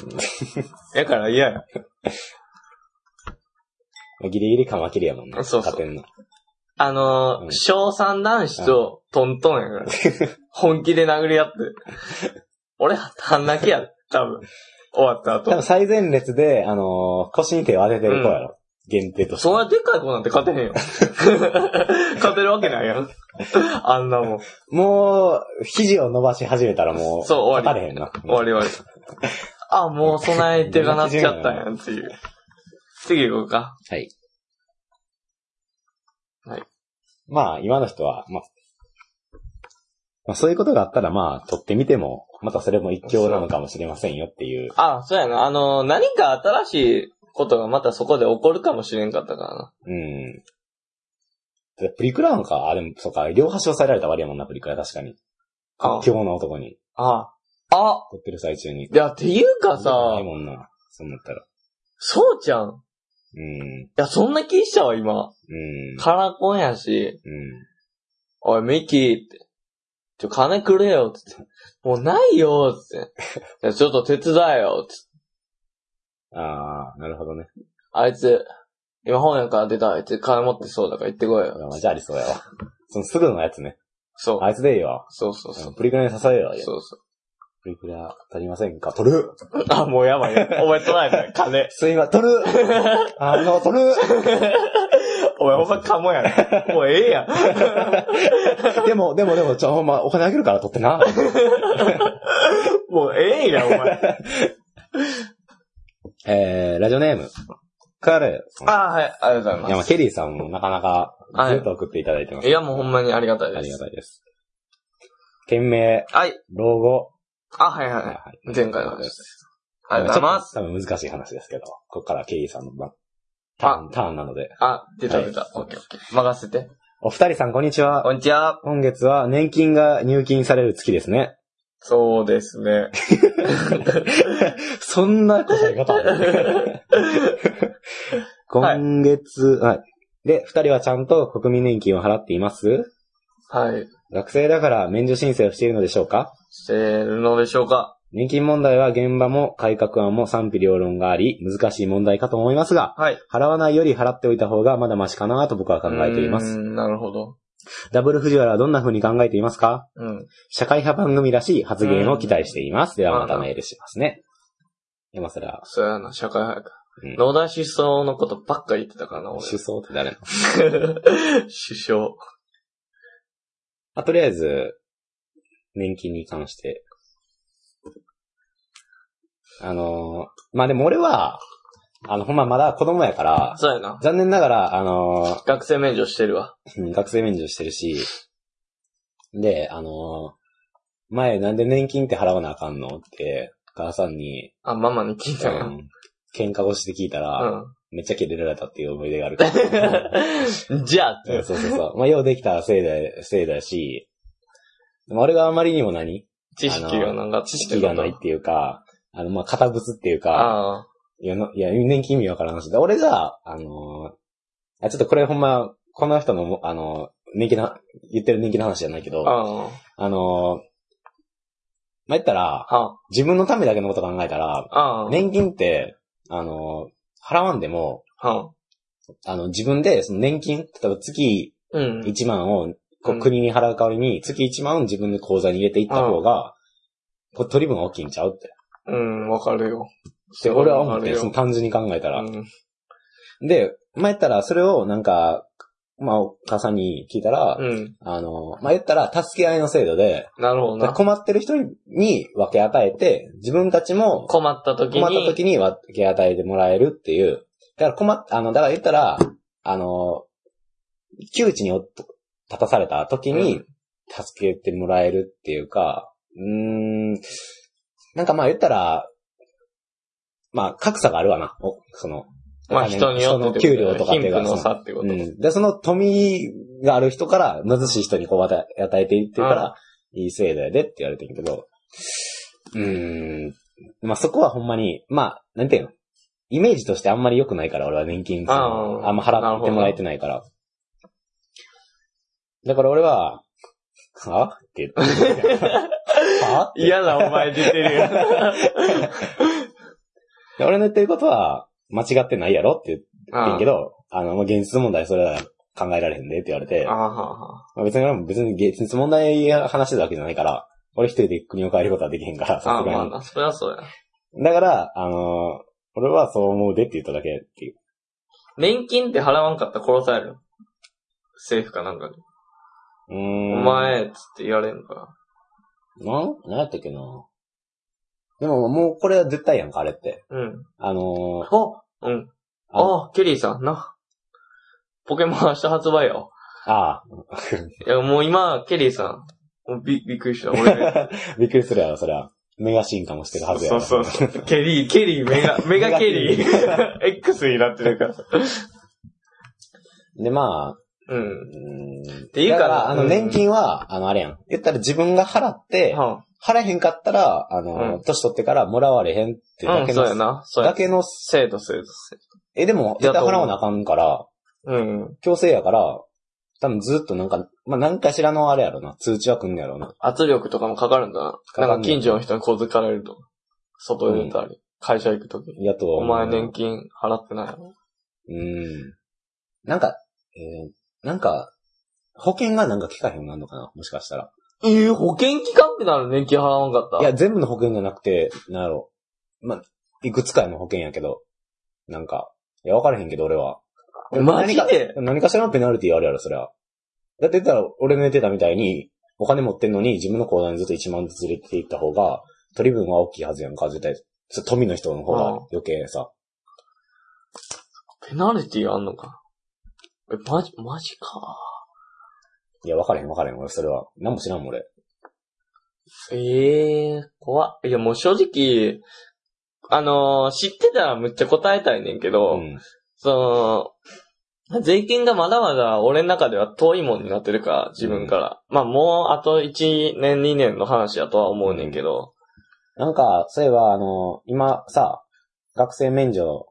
S1: やから嫌や。
S2: ギリギリかまきりやもんな。
S1: そうそう
S2: 勝てんの。
S1: あのー
S2: うん
S1: 小三男子とトントン やから。本気で殴り合って。俺、半泣きや。多分。終わった
S2: 多分
S1: 後。
S2: 最前列で、あのー腰に手を当ててる子やろ。限定として。
S1: そんなでっかい子なんて勝 てへんよ。勝てるわけないやん。あんなもん。
S2: もう、肘を伸ばし始めたらもう、
S1: そう終わり
S2: 立たれへんな。
S1: 終わり終わり。あ、もう備え手がなっちゃったんやんっていう。次行こうか。
S2: はい。
S1: はい。
S2: まあ、今の人は、まあ、まあ、そういうことがあったら、まあ、撮ってみても、またそれも一興なのかもしれませんよっていう。
S1: あ、そうやな。あのー何か新しいことがまたそこで起こるかもしれんかったからな。
S2: うん。でプリクラなんか、あ、でも、そうか、両端押さえられた割やもんな、プリクラ確かに。
S1: あ
S2: 今日の男に、
S1: あ。あ、
S2: 撮ってる最中に。
S1: いや、っていうか
S2: な
S1: さ
S2: い、もんな、そうなったら。
S1: そうちゃん。
S2: うん。
S1: いや、そんな気しちゃうわ、今。
S2: うん。
S1: カラコンやし、
S2: うん。
S1: おい、ミキって。ちょ、金くれよ、つって。もうないよ、つって。いや、ちょっと手伝えよ、つって。
S2: ああ、なるほどね。
S1: あいつ、今本屋から出た、あいつ金持ってそうだから行ってこいよ。
S2: まあ、じゃあありそうやわ。そのすぐのやつね。
S1: そう。
S2: あいつでいいわ。
S1: そうそうそう。
S2: プリクラに刺されるわよ。
S1: そうそう。
S2: プリクラ、取りませんか取る
S1: あ、もうやばい。お前取られた、金。
S2: すいま、取 るあの、取る
S1: お前ほんまかもやな。もうええやん。
S2: でも、でも、でも、ちょ、ほんま、お金あげるから取ってな。
S1: もうええやん、お前。
S2: えー、ラジオネーム。カレー。
S1: あ、はい、ありがとうご
S2: い
S1: ざい
S2: や、
S1: ま
S2: まあ、
S1: す。
S2: ケリーさんもなかなか、
S1: はい
S2: ずっと送っていただいてます。
S1: いや、もうほんまにありがたい
S2: あ
S1: で
S2: りが
S1: す。
S2: たいです。件名、
S1: はい。
S2: 老後。
S1: あ、はいはい
S2: は
S1: はいい。
S2: はい
S1: 前回の話です。ありがとうございます。
S2: ちょっと多分難しい話ですけど、ここからケリーさんの番、ターン、ターンなので。
S1: あ、出た
S2: はい
S1: 出た。オッケーオッケー。任せて。
S2: お二人さん、こんにちは。
S1: こんにちは。
S2: 今月は年金が入金される月ですね。
S1: そうです ね。
S2: そんな答え方ある今月、はい。で、二人はちゃんと国民年金を払っています
S1: はい。
S2: 学生だから免除申請をしているのでしょうか
S1: してるのでしょうか
S2: 年金問題は現場も改革案も賛否両論があり、難しい問題かと思いますが、
S1: はい。
S2: 払わないより払っておいた方がまだマシかなと僕は考えていま
S1: うー
S2: す。
S1: んなるほど。
S2: ダブル藤原はどんな風に考えていますか
S1: うん。
S2: 社会派番組らしい発言を期待しています。ではまたメールしますね。今更、
S1: そうやな、社会派か。
S2: うん
S1: 農大思想のことばっか言ってたからな、俺。
S2: 首相って誰の
S1: 首相。
S2: まあ、とりあえず、年金に関して。あのーまあ、でも俺は、あの、ほんままだ子供やから、
S1: そうやな。
S2: 残念ながら、あの
S1: 学生免除してるわ。
S2: ー学生免除してるし、で、あのー前なんで年金って払わなあかんのって、母さんに、
S1: あ、ママに聞いうたよ。
S2: ん、喧嘩腰で聞いたら、
S1: う
S2: めっちゃキレられたっていう思い出がある から。
S1: ん。 じゃあっ
S2: うん
S1: て。
S2: そうそうそう。まあ、ようできたせいだ、せいだし、でも俺があまりにも何
S1: 知識がなんか
S2: 知識がないっていうか、あの、まあ、堅物っていうか、
S1: ああ。
S2: いや、のいや、年金意味わからんし。で俺が、あのーあ、ちょっとこれほんま、この人のも、あのー年金の、言ってる年金の話じゃないけど、あ、
S1: あ
S2: のーまあ、言ったら、
S1: あ、
S2: 自分のためだけのこと考えたら、
S1: ああ、
S2: 年金って、あのー払わんでも、
S1: は
S2: あの、自分で、その年金、例えば月
S1: ん。うん。
S2: 1万を、
S1: う
S2: こうん国に払う代わりに、月1万を自分の口座に入れていった方が、こう取り分大きいんちゃうって。
S1: うん、わかるよ。
S2: で、俺は思
S1: わ
S2: って、
S1: か
S2: そ
S1: るよ
S2: の単純に考えたら
S1: う。ん
S2: で、前言ったら、それをなんか、まあ、お母さんに聞いたら、
S1: うん。
S2: あの、まあ、言ったら、助け合いの制度で、
S1: なるほどな。
S2: 困ってる人に分け与えて、自分たちも
S1: 困った時に。
S2: 困った時に分け与えてもらえるっていう。だから困っ、あの、だから言ったら、あの、窮地におっと立たされた時
S1: う
S2: に
S1: ん、
S2: 助けてもらえるっていうか、うーん、なんかまあ言ったら、まあ格差があるわな、おその、
S1: まあ人によって
S2: 人の給料とかってい
S1: 貧
S2: うか
S1: 富の差ってこと。
S2: うん。で、その富がある人から、貧しい人にこう与え与えていってるから、いい制度やでって言われてるけど、うーん。まあ、そこはほんまに、まあ、なんていうのイメージとしてあんまり良くないから、俺は年金その
S1: あー
S2: あんま払ってもらえてないから。だから俺は、はって言 って。はって
S1: 嫌なお前出てるよ。
S2: で俺の言ってることは、間違ってないやろって 言ってんけ
S1: ど。
S2: ど、あの、もう現実問題それは考えられへんでって言われて
S1: あ、あは
S2: まあ、別に俺も別に現実問題話してたわけじゃないから、俺一人で国を変えることはできへんか
S1: あ
S2: ら、
S1: はあ。ああ
S2: さす
S1: ま
S2: が
S1: あな、そりゃそうや。
S2: に。だから、あのー俺はそう思うでって言っただけっていう。
S1: 年金って払わんかったら殺される。政府かなんかに。
S2: うー
S1: お
S2: ん。。
S1: 前、つって言われんか
S2: なん何やったっけなでももうこれは絶対やんか、あれって。
S1: ら。うん。
S2: あのー
S1: あうん。
S2: あ
S1: ああ、ケリーさん、な。ポケモン明日発売よ。
S2: あ
S1: いや、もう今、ケリーさん、もうび、びっくりした。俺、
S2: あ、びっくりするやろ、そりゃ。メガ進化もしてるはずや
S1: そ
S2: ろ。
S1: うそうそう。ケリー、ケリー、メ ガ、メガケリー。X になってるから。
S2: で、まあ、
S1: うん。
S2: うーん。って
S1: いうか
S2: あの、
S1: うん
S2: 年金は、あの、あれやん。言ったら自分が払って、
S1: は
S2: 払えへんかったら、あのー、
S1: うん
S2: 年取ってからもらわれへんって
S1: あ、
S2: だ
S1: うん、
S2: け
S1: そ
S2: の、
S1: うやな。そうや
S2: だ。けの
S1: 制度、制度、制
S2: え、でも、
S1: やと
S2: 絶対
S1: 思う
S2: 払わなあかんから、
S1: 度。うん。
S2: 強制やから、多分ずっとなんか、まあ、何かしらのあれやろな、通知は来んのやろな。
S1: 圧力とかもかかるんだな。
S2: かかんねん
S1: なんか近所の人に小づかれると。外出たり、会社行くとき。
S2: やと
S1: お
S2: は思うな
S1: 前年金払ってないの
S2: うん。なんか、えーなんか、保険がなんか効かへんなんのかなもしかしたら。
S1: ええ保険期間ってなる年金払わんかった
S2: いや、全部の保険じゃなくて、なんやろ。まあ、いくつかの保険やけど、なんか、いや、わからへんけど俺は。
S1: マジで
S2: も何か何かしらのペナルティあるやろ、そりゃ。だって言ったら、俺の言ってたみたいに、お金持ってんのに自分の口座にずっと1万ずつ入れていった方が、取り分は大きいはずやんか、絶対。そう富の人の方が余計さ。
S1: ペナルティあんのか。え、マジ、マジか。
S2: いや、わからへんわからへん、俺それは。何も知らんもん、俺。
S1: ええ怖っいや、もう正直、あのー知ってたらむっちゃ答えたいねんけど、
S2: うん。
S1: その、税金がまだまだ俺の中では遠いもんになってるから、自分から。まあもうあと1年2年の話やとは思うねんけど。
S2: なんか、そういえば、あの、今さ、学生免除、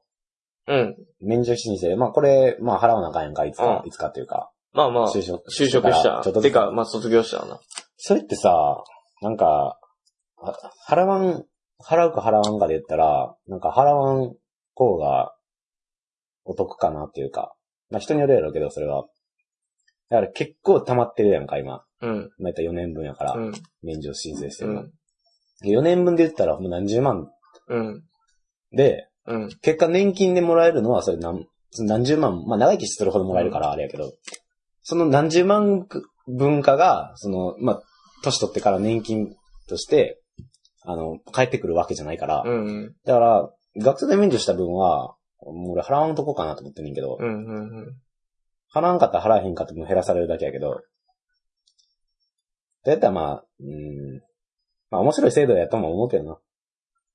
S1: うん。
S2: 免除申請、まあこれ、まあ払わなあかんやんか、いつか、
S1: うん
S2: いつかっていうか、
S1: まあまあ、
S2: 就職
S1: 就職し
S2: から
S1: た
S2: ちょっと。ずつ
S1: てか、まあ卒業したわな。
S2: それってさ、なんか、あ払わん、払うか払わんかで言ったら、なんか払わん方がお得かなっていうか、まあ人によるやろうけど、それは。だから結構溜まってるやんか、今。
S1: うん。
S2: まあ、言ったら4年分やか
S1: う
S2: ら、
S1: ん。
S2: 免除申請して
S1: う
S2: るの。
S1: ん。
S2: 4年分で言ったらもう何十万
S1: うん。
S2: で、
S1: うん。
S2: 結果年金でもらえるのはそれ何、その何十万、まあ長生きするほどもらえるからあれやけど、その何十万分かが、その、まあ、年取ってから年金として、あの、返ってくるわけじゃないから、
S1: うん。うん。
S2: だから、学生で免除した分は、もう俺払わんとこかなと思ってんねんけど、
S1: うん。うん。
S2: 払わんかったら払えへんかっても減らされるだけやけど、だったらまあ、うん、まあ面白い制度やとも思うけどな。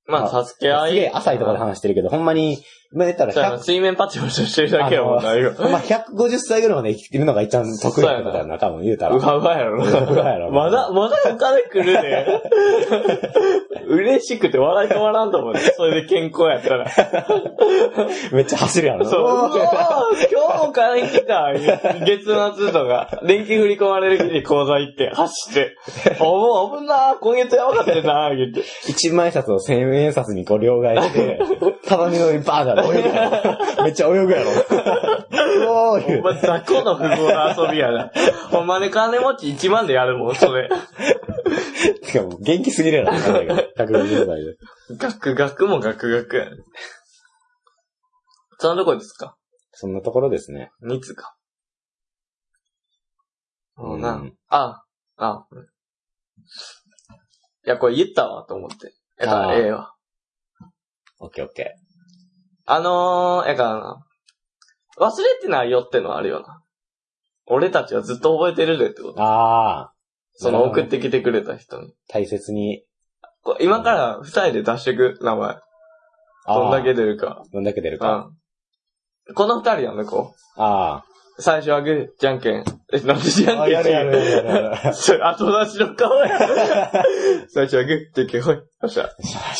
S1: まあ、助け合い。
S2: すげえ浅いところで話してるけど、ほんまにまあ、言ったら
S1: そうやな
S2: 100、
S1: 水面パチパチしてるだけやもんな、今。
S2: まあ、150歳ぐらいまで生きてるのが一番得意なことやな、多分言うた
S1: う
S2: ら。
S1: わうわやろな。
S2: うわうわやろ
S1: まだ、まだお金来るね。 嬉しくて笑い止まらんと思うね。それで健康やったら。
S2: めっちゃ走るやろ な。
S1: そう。うわー今日もお金来た。月末とか、電気振り込まれる日に口座行って、走って。あ、もう危なー。今月やばかったよなー、言って。
S2: 一万円札を千円札にこう両替 して、畳の上にバーンって泳ぐやろ。めっちゃ泳ぐやろ。 おー
S1: ほん
S2: 言うて
S1: ま、雑魚の富豪の遊びやな。ほんまに金持ち1万でやるもん、それ。
S2: しかも元気すぎるやろ、考えが150歳で。
S1: ガクガクもガクガクやね。そんなとこですか
S2: そんなところですね。
S1: 二つか。もうな、
S2: うん
S1: あ、あ、うんいや、これ言ったわ、と思って。やか
S2: あ
S1: ら、
S2: ー
S1: ええわ。
S2: オッケーオッケ
S1: あのー、やからな、忘れてないよってのはあるよな。俺たちはずっと覚えてるでってこと。
S2: ー。あー。
S1: そ
S2: な
S1: の
S2: るほ
S1: 送
S2: ど
S1: っ
S2: ね
S1: てきてくれた人に。
S2: 大切に。
S1: これ今から二人で出してく、名前。
S2: あー
S1: どんだけ出るか。
S2: どんだけ出るか。
S1: うん。この二人やんね、こ
S2: あ
S1: う。最初はグー、じゃんけん。え、なんでじ
S2: ー。
S1: ゃんけん
S2: や
S1: し
S2: るやるやるやる。
S1: それ、後出しの顔や。 最初はグッていけ、ほい。よっしゃ。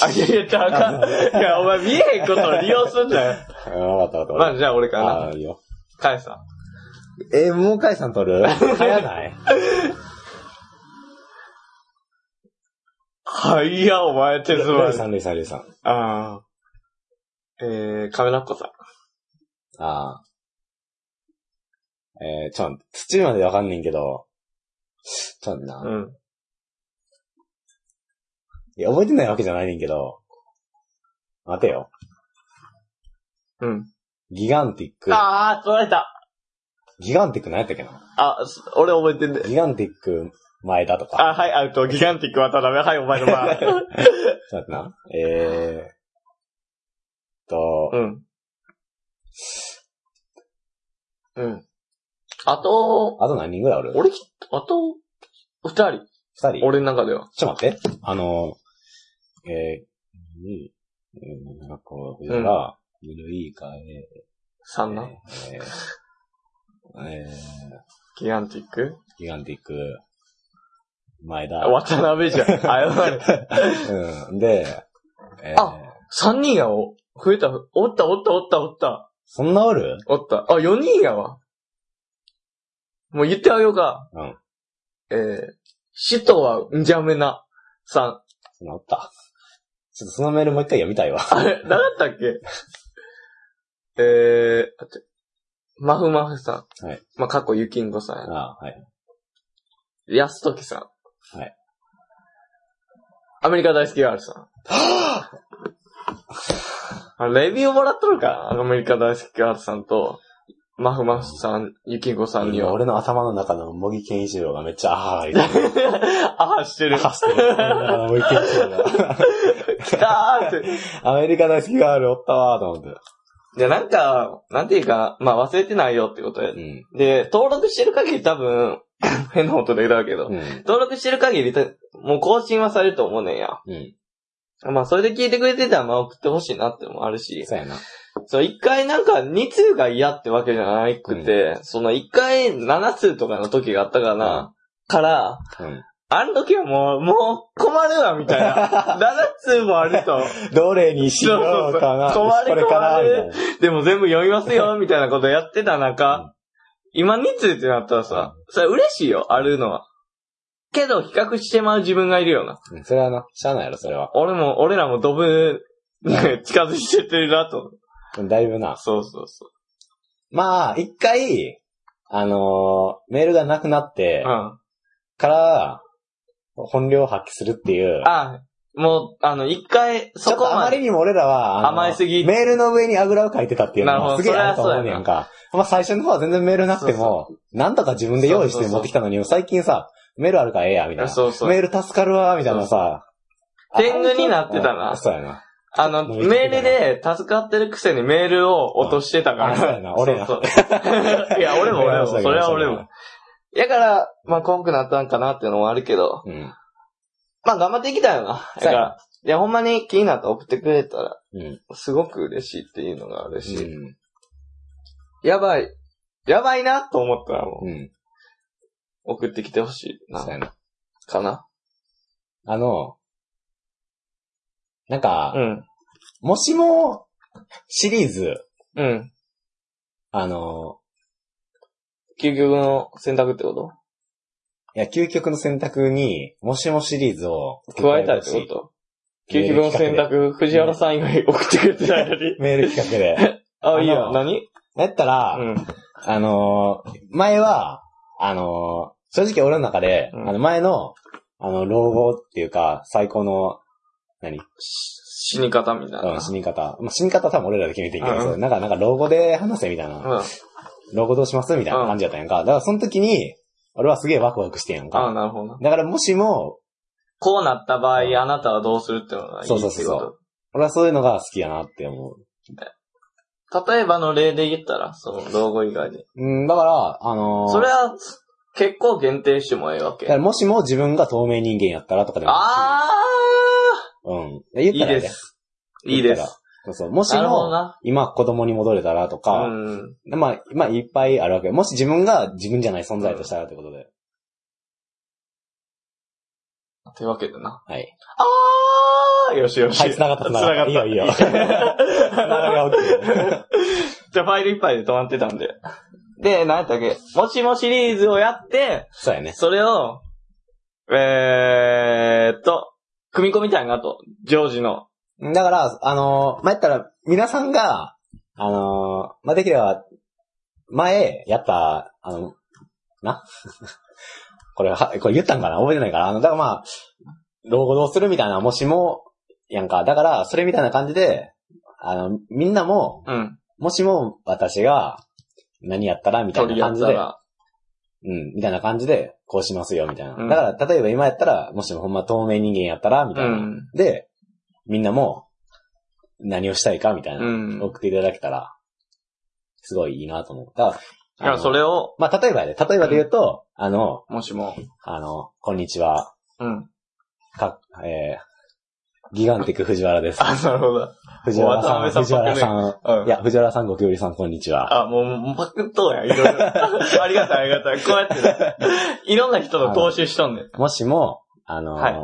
S1: あ、いやいや、ちゃうか ん。いや、お前見えへんことを利用すんなよ。
S2: あーわかった
S1: ま
S2: わかっ
S1: あ、じゃあ俺
S2: た。
S1: か
S2: あ
S1: な。
S2: あー、いいよ。
S1: カエさん。
S2: えー、もう解散 取る早ない
S1: はいや、お前、手詰ま
S2: ルイ
S1: り。
S2: さん、ルイさん、ルイさん。
S1: ああ。えー、カメラっ子さん。
S2: ああ。えー、ちょ、土までわかんねんけど、ちょ、な、
S1: うん。
S2: いや、覚えてないわけじゃないねんけど、待てよ。
S1: うん。
S2: ギガンティック。
S1: ああ、取られた。
S2: ギガンティック何やったっけな
S1: あ、す俺覚えてんで。
S2: ギガンティック前田とか。
S1: あ、はい、アウト。ギガンティック渡辺。はい、お前の番。
S2: ちょっと待ってな。えー、と、
S1: うん。うん。あと、
S2: あと何人ぐらいおる
S1: 俺、あと、二人。
S2: 二人
S1: 俺の中では。
S2: ちょっと待って。あの、えー、に、えー、なんかこう、言うたら、ぬるいかえ
S1: 三
S2: ー、
S1: 男。
S2: えー、えー、
S1: ギガンティック
S2: ギガンティック、前田。
S1: 渡辺じゃん。謝 る。
S2: うん。で、えー
S1: あ三人やお。増えた。おった、おった、おった、おった。
S2: そんなおる
S1: おった。あ、四人やわ。もう言ってあげようか。
S2: うん。
S1: えー、死とはんじゃめな。さん。
S2: そんなおった。ちょっとそのメールもう一回読みたいわ。
S1: あれ、なかったっけえー、あって。まふまふさん。
S2: はい。
S1: まあ、過去ゆきんごさんやな。
S2: あはい。
S1: やすときさん。
S2: はい。
S1: アメリカ大好き R さん。あレビューもらっとるかアメリカ大好き R さんと、マフマフさん、ゆきんこさんに
S2: 今
S1: は。
S2: 俺の頭の中の茂木健一郎がめっちゃ、 ああー、言ってる。
S1: ああ、してる。
S2: あしてるあー茂木健一郎が。
S1: 来たーって。
S2: アメリカ大好きガールおったわーと思っ
S1: じゃ、なんか、なんていうか、まあ忘れてないよってことや
S2: て。う。ん。
S1: で、登録してる限り多分、 変な音でだけど、
S2: うん。
S1: 登録してる限りた、もう更新はされると思うねんや。
S2: うん。
S1: まあそれで聞いてくれてたら、まあ送ってほしいなってのもあるし。
S2: そうやな。
S1: そう、一回なんか二通が嫌ってわけじゃなくて、その一回七通とかの時があったかな、から、
S2: うん。
S1: あの時はもう、もう困るわ、みたい な。七通もあると。
S2: どれにしようかな。
S1: そうそうそう
S2: これかな、
S1: 困
S2: み
S1: る
S2: たい
S1: でも全部読みますよ、みたいなことやってた
S2: う
S1: 中、今二通ってなったらさ、それ嬉しいよ、あるのは。けど、比較してまう自分がいるよな。
S2: な。うん。それはな、しゃあないやろ、それは。
S1: 俺も、俺らもドブ、ね近づいてってるなと。
S2: うんだいぶな。
S1: そうそうそ
S2: まあ、一回、あのーメールがなくなって
S1: う。う、ん。
S2: から、本領を発揮するっていう。
S1: あ、もう、あの、一回、
S2: ちょ
S1: そ
S2: っ
S1: こと
S2: あ
S1: ま
S2: ま
S1: で
S2: り。にも俺らは、あの
S1: 甘えすぎ
S2: メールの上にあぐらをかいてたっていうの
S1: なるほ
S2: が
S1: ど
S2: すげえあると
S1: それはそ
S2: 思
S1: うう
S2: ね
S1: やなん
S2: か。まあ最初の方は全然メールなくても、なんとか自分で用意して持ってきたのに、最近さ、メールあるからええや、みたいな。
S1: そうそう。
S2: メール助かるわ、みたいなさ。
S1: そうそう天狗になってたな
S2: うんそうやな。
S1: あの、
S2: もういい時だ
S1: メールで助かってるくせにメールを落としてたか
S2: あそうや
S1: ら。
S2: な俺や
S1: そうそういや、俺も俺 も、それは俺も。。だから、まあ、こんくなったんかなっていうのもあるけど、
S2: うん。
S1: まあ、頑張っていきたいよな。だ
S2: そう
S1: か
S2: や
S1: ら
S2: な、
S1: で、ほんまに気になったら送ってくれたら、
S2: うん。
S1: すごく嬉しいっていうのがあるし、
S2: うん
S1: やばい、やばいなと思ったらもう、
S2: うん。
S1: 送ってきてほしいな
S2: そう、やな。
S1: かな。
S2: あの、なんか、
S1: うん。
S2: もしも、シリーズ、
S1: うん。
S2: あの、
S1: 究極の選択ってこと
S2: いや、究極の選択に、もしもシリーズを
S1: 加えたいって
S2: 加え
S1: こ
S2: てほし
S1: と究極の選択、藤原さん以外送ってくれてないのに。
S2: いメール企画で。
S1: あ、いい
S2: あ
S1: よ。
S2: の
S1: 何
S2: だったら、
S1: うん。
S2: あのー前は、あのー正直俺の中で、
S1: うん
S2: あの前の、あの、老後っていうか、最高の、何
S1: し死に方みたいな。
S2: うん死に方。まあ、死に方は多分俺らで決めていいけど、
S1: うん
S2: そうなんか、なんか老後で話せみたいな。
S1: うん。
S2: 老後どうしますみたいな感じやったんやんか。だからその時に、俺はすげえワクワクしてんやん
S1: ああ、
S2: か。
S1: なるほどな。
S2: だからもしも、
S1: こうなった場合、
S2: うん
S1: あなたはどうするってのがいいって
S2: そ
S1: こ
S2: う
S1: と。
S2: そうそうそう俺はそういうのが好きやなって思う。
S1: 例えばの例で言ったら、その、老後以外で。
S2: うん、だから、あのー
S1: それは、結構限定してもええわけ
S2: だか。らもしも自分が透明人間やったらとかでも。
S1: あ
S2: うん。
S1: ー
S2: 言っ
S1: いい
S2: たらね、
S1: です。いいで
S2: 言ったら
S1: す。
S2: そうそう。もし
S1: なるほど
S2: も、
S1: な。
S2: 今子供に戻れたらと
S1: う
S2: か、
S1: ん。
S2: まあ、まあ、いっぱいあるわけ。もし自分が自分じゃない存在としたらってことで。
S1: というわけでな。
S2: はい。
S1: あーよしよし。
S2: はい繋がった繋がった
S1: 繋
S2: いいよいいよが
S1: じゃあ、ファイルいっぱいで止まってたんで。で、何やったっけもしもシリーズをやって、
S2: そうやね。
S1: それを、えーっと、組み込みたいなと。ジョージの。
S2: だから、あのー、まあ、やったら、皆さんが、あのー、まあ、できれば、前、やった、あの、な これは、これ言ったんかな覚えてないから。あの、だからまあ、老後どうするみたいな、もしも、やんか。だから、それみたいな感じで、あの、みんなも、
S1: うん。
S2: もしも私が、何やったらみたい
S1: 取
S2: な
S1: り合
S2: 感
S1: っ
S2: じ
S1: た
S2: で、
S1: ら。
S2: うん、みたいな感じで、こうしますよ、みたいな。
S1: うん
S2: だから、例えば今やったら、もしもほんま透明人間やったら、み
S1: う
S2: たいな。
S1: ん。
S2: で、みんなも、何をしたいか、みたいな、
S1: うん。
S2: 送っていただけたら、すごいいいなと思う。だ
S1: だ
S2: から、
S1: か
S2: あ
S1: ら
S2: の
S1: それを、
S2: まあ、例えばやで、例えばで言うと、あの、
S1: もしも、
S2: あの、こんにちは、
S1: うん。
S2: か、えー、ギガンティック藤原です。
S1: あ、なるほど。
S2: 藤原さ
S1: も
S2: ん、
S1: う渡辺
S2: 藤
S1: さん
S2: 原さ
S1: うん
S2: ん。いや、藤原さん、ゴキブリさん、こんにちは。
S1: あ、もうもう、パクっとうやん、いろいろ。ありがたい、ありがたい。こうやってね、いろんな人の踏襲しとんねん。
S2: もしも、あの、
S1: はい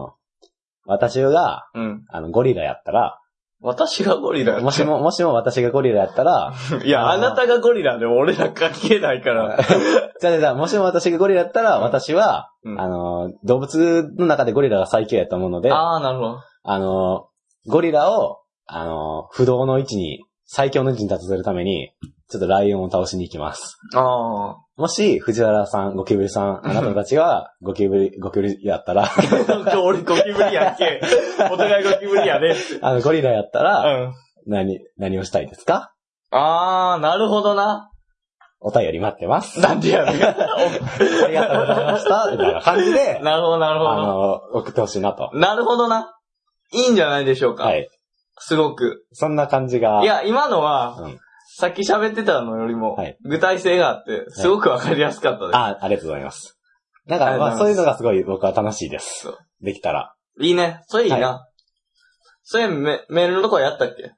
S2: 私が、
S1: うん。
S2: あの、ゴリラやっ たら、
S1: 私がゴリラやった
S2: もしも、もしも私がゴリラやったら、
S1: いや、あなたがゴリラで俺ら関係ないから。
S2: じゃあねじゃあもしも私がゴリラだったら、
S1: うん
S2: 私は、
S1: うん
S2: あのー、動物の中でゴリラが最強やと思うので、あ
S1: ああ、なるほど。
S2: のー、ゴリラを、あのー、不動の位置に、最強の位置に立たせるために、ちょっとライオンを倒しに行きます。
S1: ああ。
S2: もし、藤原さん、ゴキブリさん、あなたたち が、ゴキブリ、ゴキブリやった ら、
S1: 俺ゴキブリやっけ。お互いゴキブリやね。
S2: あの、ゴリラやった
S1: う
S2: ら、
S1: ん。
S2: 何、何をしたいですか
S1: ああ、なるほどな。
S2: お便り待ってます。
S1: なんでやねん。
S2: ありがとうございました。みたいな感じ で、
S1: なるほど、なる
S2: あ
S1: ほど。
S2: のー、送ってほしいなと。
S1: なるほどな。いいんじゃないでしょうか。
S2: はい。
S1: すごく。
S2: そんな感じが。
S1: いや、今のは、
S2: うん
S1: さっき喋ってたのよりも
S2: はい、
S1: 具体性があって、すごくわかりやすかったです。
S2: あ、ありがとうございます。なん
S1: あ
S2: か、
S1: りが
S2: まあ、
S1: とうご
S2: そ
S1: ざ
S2: うい
S1: いうます
S2: のがすごい僕は楽しいです
S1: そう。
S2: できたら。
S1: いいね。それいいな。
S2: は
S1: それメメールのとこやったっけ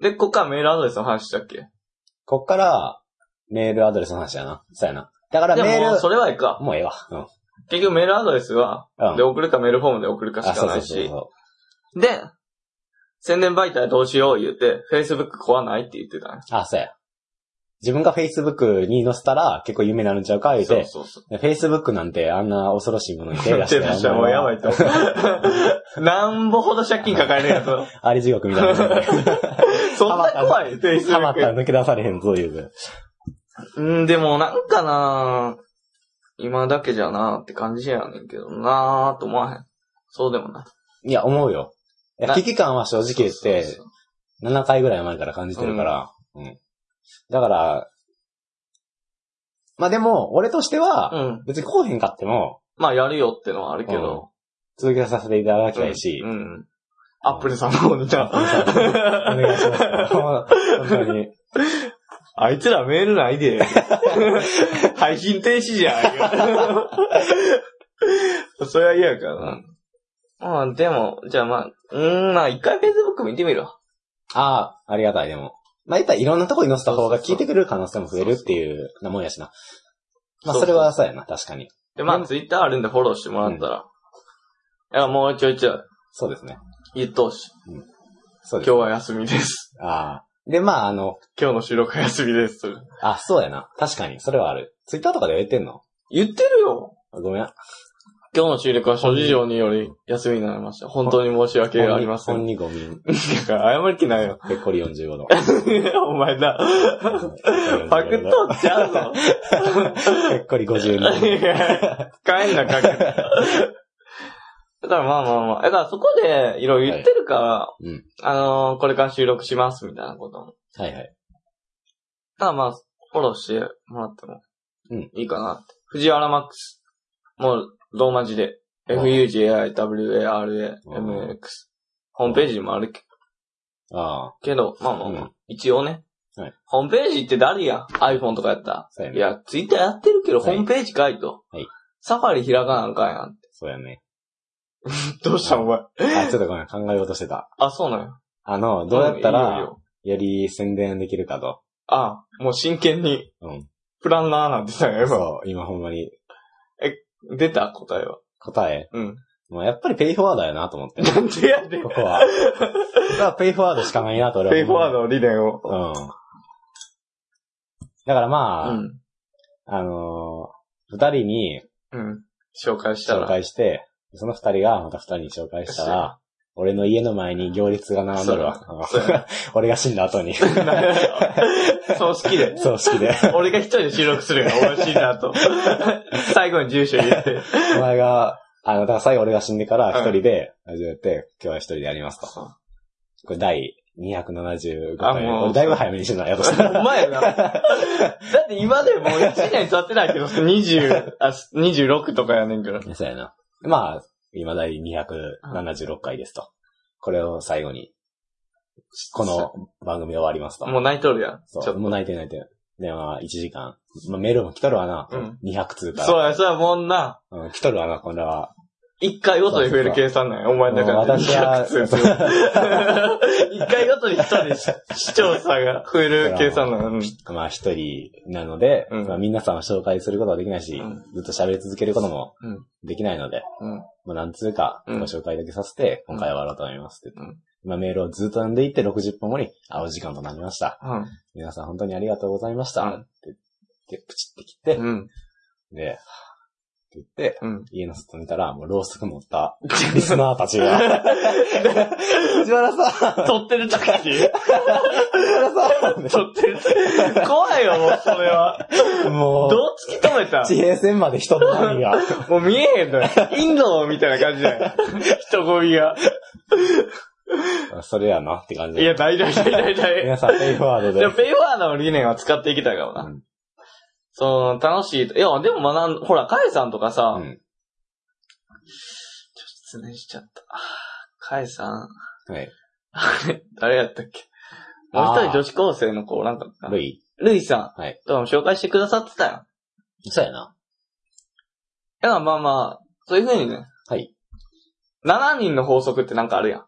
S1: で、こっからメールアドレスの話したっけ
S2: こっから、メールアドレスの話やな。そうやな。だから
S1: で
S2: メー
S1: も、
S2: ル、
S1: それはいいか。
S2: もうええわ。うん。
S1: 結局メールアドレスは、
S2: うん。
S1: で、送るかメールフォームで送るかし
S2: あ、
S1: か
S2: そう
S1: な
S2: そう
S1: い
S2: そう
S1: し。
S2: そ
S1: で、宣伝媒体どうしよう言うて、Facebook 壊ないって言ってたね。
S2: う。あ、そうや。自分が Facebook に載せたら結構有名になるんちゃうか言う
S1: そう
S2: て、
S1: そうそう。
S2: で Facebook なんてあんな恐ろしいものに手出し
S1: 手
S2: て
S1: 出したらもうやばいと思 う。なんぼほど借金抱えるやつ。
S2: あり地獄 みたいな。
S1: そんな怖い、
S2: ハマった
S1: Facebook。
S2: ら抜け出されへんぞ、いうて。
S1: うん、でもなんかな今だけじゃなって感じやねんけどなぁと思わへん。そうでもない。
S2: いや、思うよ。いや
S1: な
S2: 危機感は正直言っ
S1: そうそう
S2: て
S1: そ、う
S2: 7回ぐらい前から感じてるから、うん。だから、まあでも、俺としては、
S1: うん。
S2: 別にこうへんかっても、
S1: まあ、やるよってのはあるけど。
S2: 続けさせていただきたいし
S1: う、ん。アップルさんの方にじゃ
S2: アップル
S1: あ
S2: お願いします。本当に。
S1: あいつらメールないで。配信停止じゃん。それは嫌やからな。まあ、でも、じゃあまあ、うーん、まあ、一回 Facebook 見てみるわ。
S2: ああ、ありがたい、でも。まあ、やっぱりいろんなとこに載せた方が聞いてくれる可能性も増えるっていうなもんやしな。まあ、それはそうやな、確かに。
S1: で、ま
S2: う
S1: あ、
S2: ん
S1: Twitter あるんでフォローしてもらったら。いや、もうちょいちょい
S2: そうですね。
S1: 言っとうし。
S2: そ
S1: 今
S2: うで
S1: 日
S2: す。
S1: は休みです。
S2: ああ。で、まあ、あの、
S1: 今日の収録は休みです。
S2: あ、そうやな。確かに、それはある。ツイッターとかで言ってんの
S1: 言ってるよ
S2: ごめん。
S1: 今日の収録は諸事情により休みになりました。本当に申し訳ありませ
S2: 本
S1: ん。
S2: にゴミ。
S1: だから謝る気ないよ。
S2: ペッコリ45度。
S1: お前 な、 パクっ
S2: ト
S1: とっちゃうぞ。
S2: ペッコリ52度。
S1: いや帰んな、かけだからまあまあまあ。だからそこでいろいろ言ってるから、
S2: いうん
S1: あのーこれから収録しますみたいなことも。
S2: はいはい。
S1: ただまあ、フォローしてもらっても
S2: うん
S1: いいかなって。藤原マックス。もう、ローマ字で。
S2: うん
S1: FUGIWARAMX。ホームページにもあるけ
S2: ああ、
S1: けど、まあまあまあ、
S2: うん
S1: 一応ね。
S2: はい
S1: ホームページって誰や ?iPhone とかやったら。
S2: そうや
S1: い
S2: ね。
S1: や、ツイッターやってるけど、
S2: は
S1: ホ
S2: い
S1: ームページかいと。
S2: はい
S1: サファリ開かなんかんやん。
S2: そうやね。
S1: どうしたお前。
S2: あ、ちょっとごめん、考えようとしてた。
S1: あ、そうなんや。
S2: あの、どうやった
S1: んいいよいい
S2: ら、
S1: よ
S2: より宣伝できるかと。
S1: あ、もう真剣に、
S2: うん。
S1: プランナーなんてさ、やっぱ、
S2: そう、今ほんまに
S1: 出た答えは。
S2: 答え。
S1: うん。
S2: もうやっぱりペイフォワードやなと思って。
S1: なんでやねん
S2: こ。こは。ここはペイフォワードしかないなと俺は。
S1: ペイフォワードの理念を。
S2: ド。うん。だから
S1: う
S2: まあ、
S1: ん。
S2: あのー二人に
S1: うん。紹介した
S2: 紹
S1: ら。
S2: 介して、その二人がまた二人に紹介したら、俺の家の前に行列が並んどるわ。
S1: そうやな
S2: 俺が死んだ後 に。
S1: そう好きで。
S2: そ う、好きで。
S1: 俺が一人で収録するよ。美味しいなと。 最後に住所言って。
S2: お前が、あの、だから最後俺が死んでから一人で始めて、今日は一人でやりますと。これ第275
S1: あ
S2: 回目。
S1: もう
S2: 俺だいぶ早めに死んだ、やっとしたら。
S1: お前やな。だって今でもう1年経ってないけど、20あ、26とかやねんから。
S2: そうやな。まあ、今第276回ですと。これを最後に、この番組終わりますと。
S1: もう泣いとるやん。ちょ
S2: そ
S1: っ
S2: う、
S1: と。
S2: もう泣いてる泣いてる。で、まあ、1時間。まあ、メールも来とるわな。
S1: うん
S2: 200通から。
S1: そうや、そうや、もんな。
S2: うん、来とるわな、これは。
S1: 一回ごとに増える計算なんや。お前だか
S2: もう
S1: ら。
S2: 私は
S1: 200通 一回ごとに一人視聴者が増える計算なんや。うん
S2: まあ、一人なので、
S1: うん
S2: まあ、皆さんを紹介することはできないし、
S1: うん
S2: ずっと喋り続けることも
S1: うん
S2: できないので、
S1: うん
S2: まあ、なんつうか、
S1: うん
S2: ご紹介だけさせて、今回は終わろうと思いますって言って
S1: う
S2: まあ、メールをずっと読んでいって、60分後に、会う時間となりました。
S1: うん。
S2: 皆さん本当にありがとうございました。
S1: うん
S2: って言って、プチって切って、
S1: うん。
S2: で、って言って、
S1: うん。
S2: 家の外見たら、もうろうそく持った、リスナーたち が。藤原さん
S1: 撮ってる時 に
S2: 藤 原さ
S1: 撮ってる時怖いよ、もうそれ は。
S2: んも
S1: どう
S2: う、
S1: 突き止めた
S2: 地平線まで人の波が。
S1: もう見えへんのよ。インドみたいな感じ だよ。人混みが。
S2: それやなって感じ
S1: いや、大丈夫、大丈夫。
S2: 皆さん、ペイフォワードで。
S1: でも、ペイフォワードの理念は使っていきたいからな。
S2: うん
S1: その、楽しい。いや、でもまあなん、ほら、カエさんとかさ、
S2: うん
S1: 失念しちゃった。カエさん、
S2: はい。
S1: あれ、誰やったっけも
S2: あー
S1: う一人女子高生の子、なんか、
S2: ルイ。
S1: ルイさん、
S2: はい
S1: とかも紹介してくださってたよ。い
S2: そうやな。
S1: や、まあまあ、そういう風にね、
S2: はい。
S1: 7人の法則ってなんかあるやん。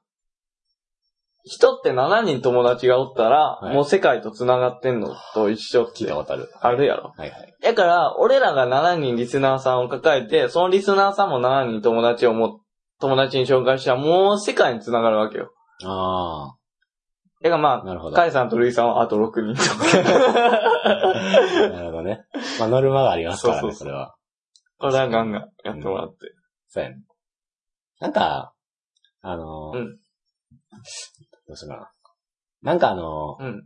S1: 人って7人友達がおったら、
S2: はい
S1: もう世界と繋がってんのと一緒っ
S2: 聞い
S1: て
S2: たことある。
S1: あるやろ。
S2: はいはい。
S1: だから、俺らが7人リスナーさんを抱えて、そのリスナーさんも7人友達をも、友達に紹介したら、もう世界に繋がるわけよ。
S2: あ
S1: だから
S2: あ、
S1: ま
S2: なるほ
S1: あ、
S2: ど。
S1: カ
S2: な
S1: イさんとルイさんはあと6人と
S2: るほどね。まあ、ノルマがありますから
S1: そう
S2: ね、
S1: そう
S2: そ
S1: そ
S2: れは。
S1: これはガンガンやってもらって。
S2: そうやね。なんか、あのー
S1: うん
S2: どうしようかな。なんかあの
S1: うん。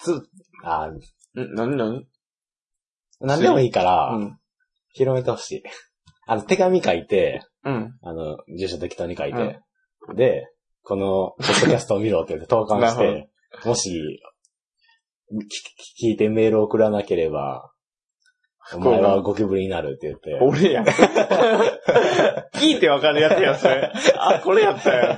S2: ーつ、あ
S1: うん、なになに
S2: ーなんでもいいから、
S1: うん。
S2: 広めてほしい。あの、手紙書いて、
S1: うん。
S2: あの、住所適当に書いて、で、この、ポッドキャストを見ろって言って投函し
S1: なる
S2: て、もし、きき聞いてメールを送らなければ、お
S1: 幸な
S2: 前はゴキブリになるって言って、
S1: 俺やん。聞いてわかるやつや、そ れ。 あ、これやったよ。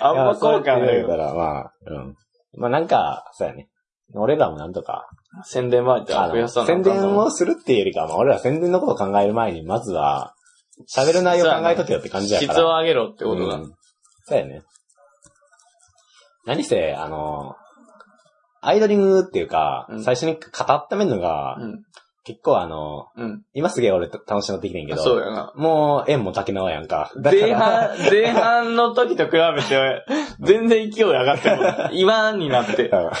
S1: あんま効果
S2: いやそうやって
S1: ない
S2: 言われ
S1: よ。
S2: たら、まあ、うん。まあなんか、そうやね。俺らもなんとか、
S1: 宣伝前って
S2: あ
S1: 増や
S2: の
S1: さなあか
S2: 宣
S1: んと思う
S2: 伝をするっていうよりかは、まあ俺ら宣伝のことを考える前に、まずは、喋る内容考えとけよって感じや
S1: 質
S2: から。
S1: を上げろってことだ。
S2: うんそうやね。何せ、あの、アイドリングっていうか、
S1: うん
S2: 最初に語っためんのが、
S1: うん。
S2: 結構あの、
S1: うん。
S2: 今すげえ俺楽しみできねんけ
S1: そう
S2: ど、
S1: やな。
S2: もう縁も竹縄やんか。だから
S1: 前半、前半の時と比べ て、全然勢い上がってる。今にな って
S2: う、んだって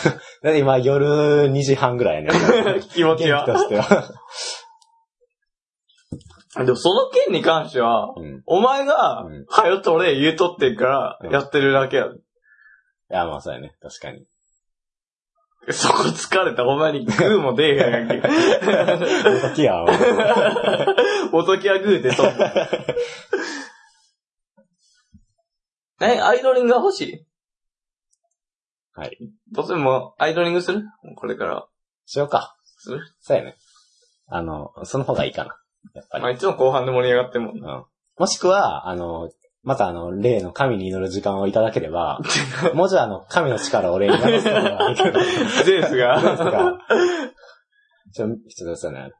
S2: 今夜2時半ぐらいやねん。
S1: 気持
S2: 元気
S1: ちは
S2: と。しては。
S1: でもその件に関しては、
S2: うん。い
S1: お前が
S2: うん、
S1: はよとれ言うとってんか
S2: うん
S1: ら、やってるだけや。
S2: や、まあそうやね。確かに。
S1: そこ疲れた、ほんまにグーも出えへんやんけ。
S2: 好きやわ。
S1: おときはグーでとんだ。 え、アイドリングが欲しい
S2: はい。
S1: どうせもう、アイドリングするこれから。
S2: しようか。
S1: する
S2: そうやね。あの、その方がいいかな。やっぱり
S1: まあ、。いつも後半で盛り上がってん もんな。
S2: うんもしくは、あの、またあの、例の神に祈る時間をいただけれ ば、もうじゃあの、神の力を俺に流すことができる。
S1: ゼウス
S2: どうです
S1: が。
S2: かちょ、ちょっとそうね。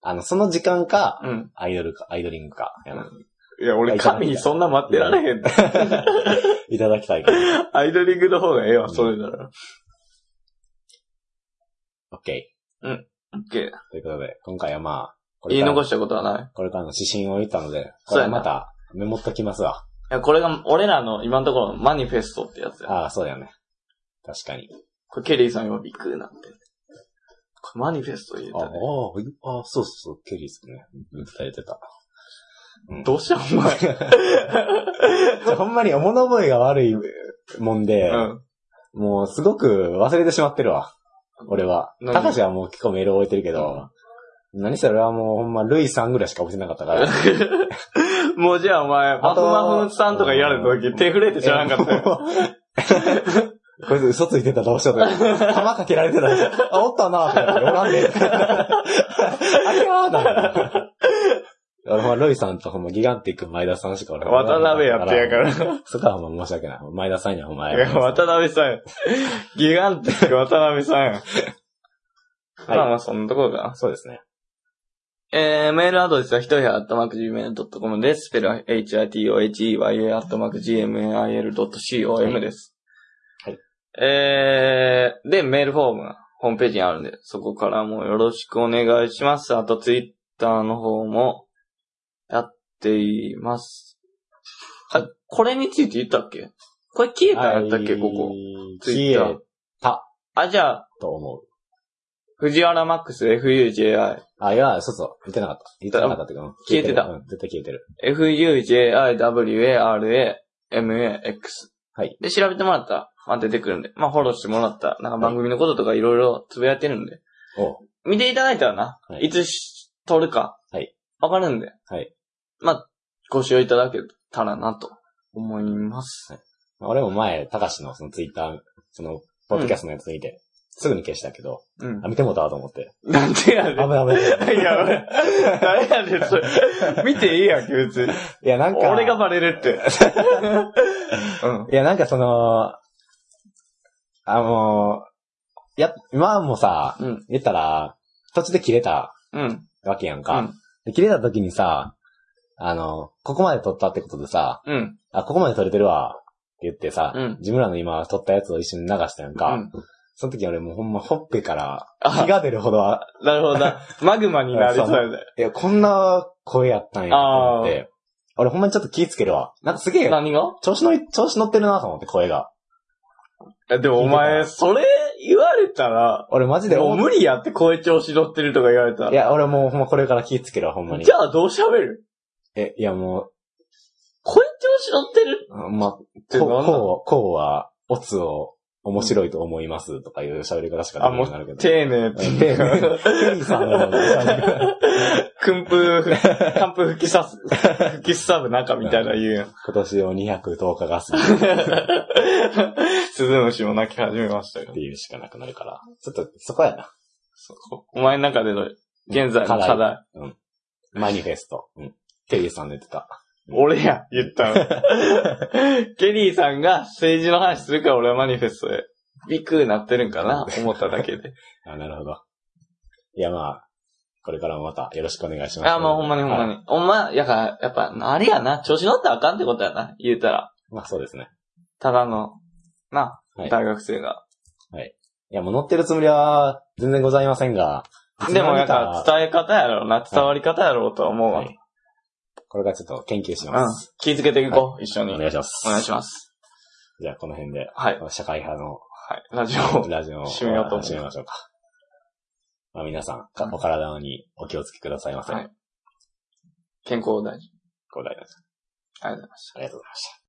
S2: あの、その時間か、
S1: うん。
S2: アイドルか、アイドリングか、やない
S1: や、俺神にそんな待ってられへん。
S2: いただきたいから。
S1: アイドリングの方がええわ、それなら。
S2: オッケ
S1: オッケ
S2: ー。ということで、今回はまあ、こ
S1: ー。言い
S2: から
S1: 残したことはない。
S2: これからの指針を言ったので、
S1: そ
S2: こ
S1: う
S2: れ
S1: やな
S2: またメモっときますわ。
S1: いや、これが、俺らの今のところのマニフェストってやつや。
S2: ああ、そうだよね。確かに。
S1: これケリーさん今びっくりなって。これマニフェスト言う
S2: ああ
S1: たね。、
S2: ああ、そうそうそう、ケリーですね。伝えてた。
S1: どうしたお前。
S2: じゃあ ほんまに物覚えが悪いもんで、
S1: うん。
S2: もうすごく忘れてしまってるわ。俺は。
S1: 何
S2: 高橋はもう結構メール覚えてるけど、何せ俺はもうほんま、ルイさんぐらいしか覚えてなかったから。
S1: もうじゃあお前、マフマフさんとかやるとき手震え て知らんかった よ。
S2: こいつ嘘ついてたらどうしようとか。 弾かけられてたら、あ、おったなぁっておらんねありゃーだ俺ほんま、ルイさんとほんま、ギガンティック前田さんしか俺は
S1: 渡辺やってやか。ら。
S2: そこはほんま申し訳ない。前田さんにはお前。
S1: いや 渡辺さんや。ギガンティック渡辺さんや。まあまあそんなところかな。
S2: そうですね。
S1: えー、メールアドレスはひとへアットマーク Gmail.com です。スペルは hitoheyua アットマーク gmail.com です。
S2: はい。
S1: えー、で、メールフォームがホームページにあるんで、そこからもよろしくお願いします。あと、ツイッターの方もやっています。はい、これについて言ったっけこれ消えたんやったっけ、ここ。ツイッタ
S2: 消
S1: ー
S2: えた
S1: あ、じゃあ、
S2: と思う。
S1: 藤原マックス FUJI。
S2: あ、いや、そうそう。言ってなかった。言ってなかったっていうか、うん
S1: 消えてた
S2: うん、絶対消えてる。
S1: fujiwara,max。
S2: はい。
S1: で、調べてもらったら、まあ、出てくるんで。まあ、フォローしてもらったら、なんか番組のこととかいろいろつぶやいてるんで。
S2: おう
S1: 見ていただいたらな、
S2: はい
S1: い、つし撮るか、
S2: はい
S1: わかるんで。
S2: はい
S1: まあ、ご使用いただけたらなと思います。
S2: 俺も前、たかしのそのツイッター、その、ポッドキャストのやつ見て、すぐに消したけど、
S1: うん
S2: あ、。見てもうたわと 思って。
S1: なんでや
S2: 危
S1: ねん。
S2: ない危ない。
S1: いや、俺誰やねん、そ れ。見ていいやんけ、別に。
S2: いや、なんか、
S1: 俺がバレる って。うん。
S2: いや、なんかその、あの、や、今もさ、
S1: うん。
S2: 言ったら、途中で切れた
S1: うん。
S2: わけやん
S1: う
S2: か。
S1: ん。
S2: で切れた時にさ、あの、ここまで撮ったってことでさ、
S1: うん。
S2: あ、ここまで撮れてるわ、って言ってさ、
S1: うん
S2: 自分らの今撮ったやつを一緒に流したやんか。
S1: うん
S2: その時俺もうほんまほっぺから、
S1: あ
S2: 火が出るほどは、
S1: なるほどな。マグマになりそうだよね。
S2: いや、こんな声やったんや、と思って。俺ほんまにちょっと気ぃつけるわ。なんかすげえ、
S1: 何が
S2: 調子のい、調子乗ってるなと思って、声が。
S1: えでもお前、それ言われたら、
S2: 俺マジで
S1: もう
S2: 思う、
S1: 無理やって声調子乗ってるとか言われた
S2: い
S1: ら。
S2: や、俺もうほんまこれから気ぃつけるわ、ほんまに
S1: じ。ゃあどう喋る
S2: え、いやも
S1: 声調子乗ってる
S2: う、あま、こ
S1: て
S2: う、
S1: なんだ
S2: こう、こうは、オツを面白いと思います、とかいう喋り方しか
S1: あ、
S2: できな
S1: も
S2: くなるけ
S1: う、
S2: ど。
S1: 丁寧っていう
S2: 丁
S1: か。
S2: ケリーさんの言
S1: 訓風、寒風吹きさす、吹きさぶ中みたいな言うや ん。
S2: 今年を210日が過ぎ
S1: 鈴虫も泣き始めましたよ
S2: って。いうしかなくな るから。ちょっと、そこやな。
S1: お前の中での、現在の課
S2: 課
S1: 題。
S2: マニフェスト。うん。ケリーさんの言ってた。
S1: 俺や、言ったの。 ケリーさんが政治の話するから俺はマニフェストで、 ビクーなってるんかな思っただけで。
S2: あ、なるほど。いや、まあ、これからもまたよろしくお願いします。
S1: あ、まあほんまにほんま
S2: はい。
S1: に。ほんま、やから、やっぱ、あれやな、調子乗ったらあかんってことやな、言うたら。
S2: まあそうですね。
S1: ただの、な、
S2: はい
S1: 大学生が。
S2: いや、もう乗ってるつもりは全然ございませんが。
S1: でも、やから
S2: 伝
S1: 伝え方やろうな、伝わり方やろうとは思うわ。
S2: はいこれからちょっと研究し
S1: うん
S2: ます。。
S1: 気づけていこう、一緒に。
S2: お
S1: お
S2: 願いします。
S1: 願いします。
S2: じゃあこの辺で、
S1: はい。
S2: 社会派の
S1: はい。ラジオ。
S2: ラジオを
S1: 締めようと思う
S2: 締めましょうか。まあ皆さん、かお体にお気をつけくださいませ。
S1: はい健康大事。
S2: ご来場
S1: ありがとうございました。
S2: ありがとうございました。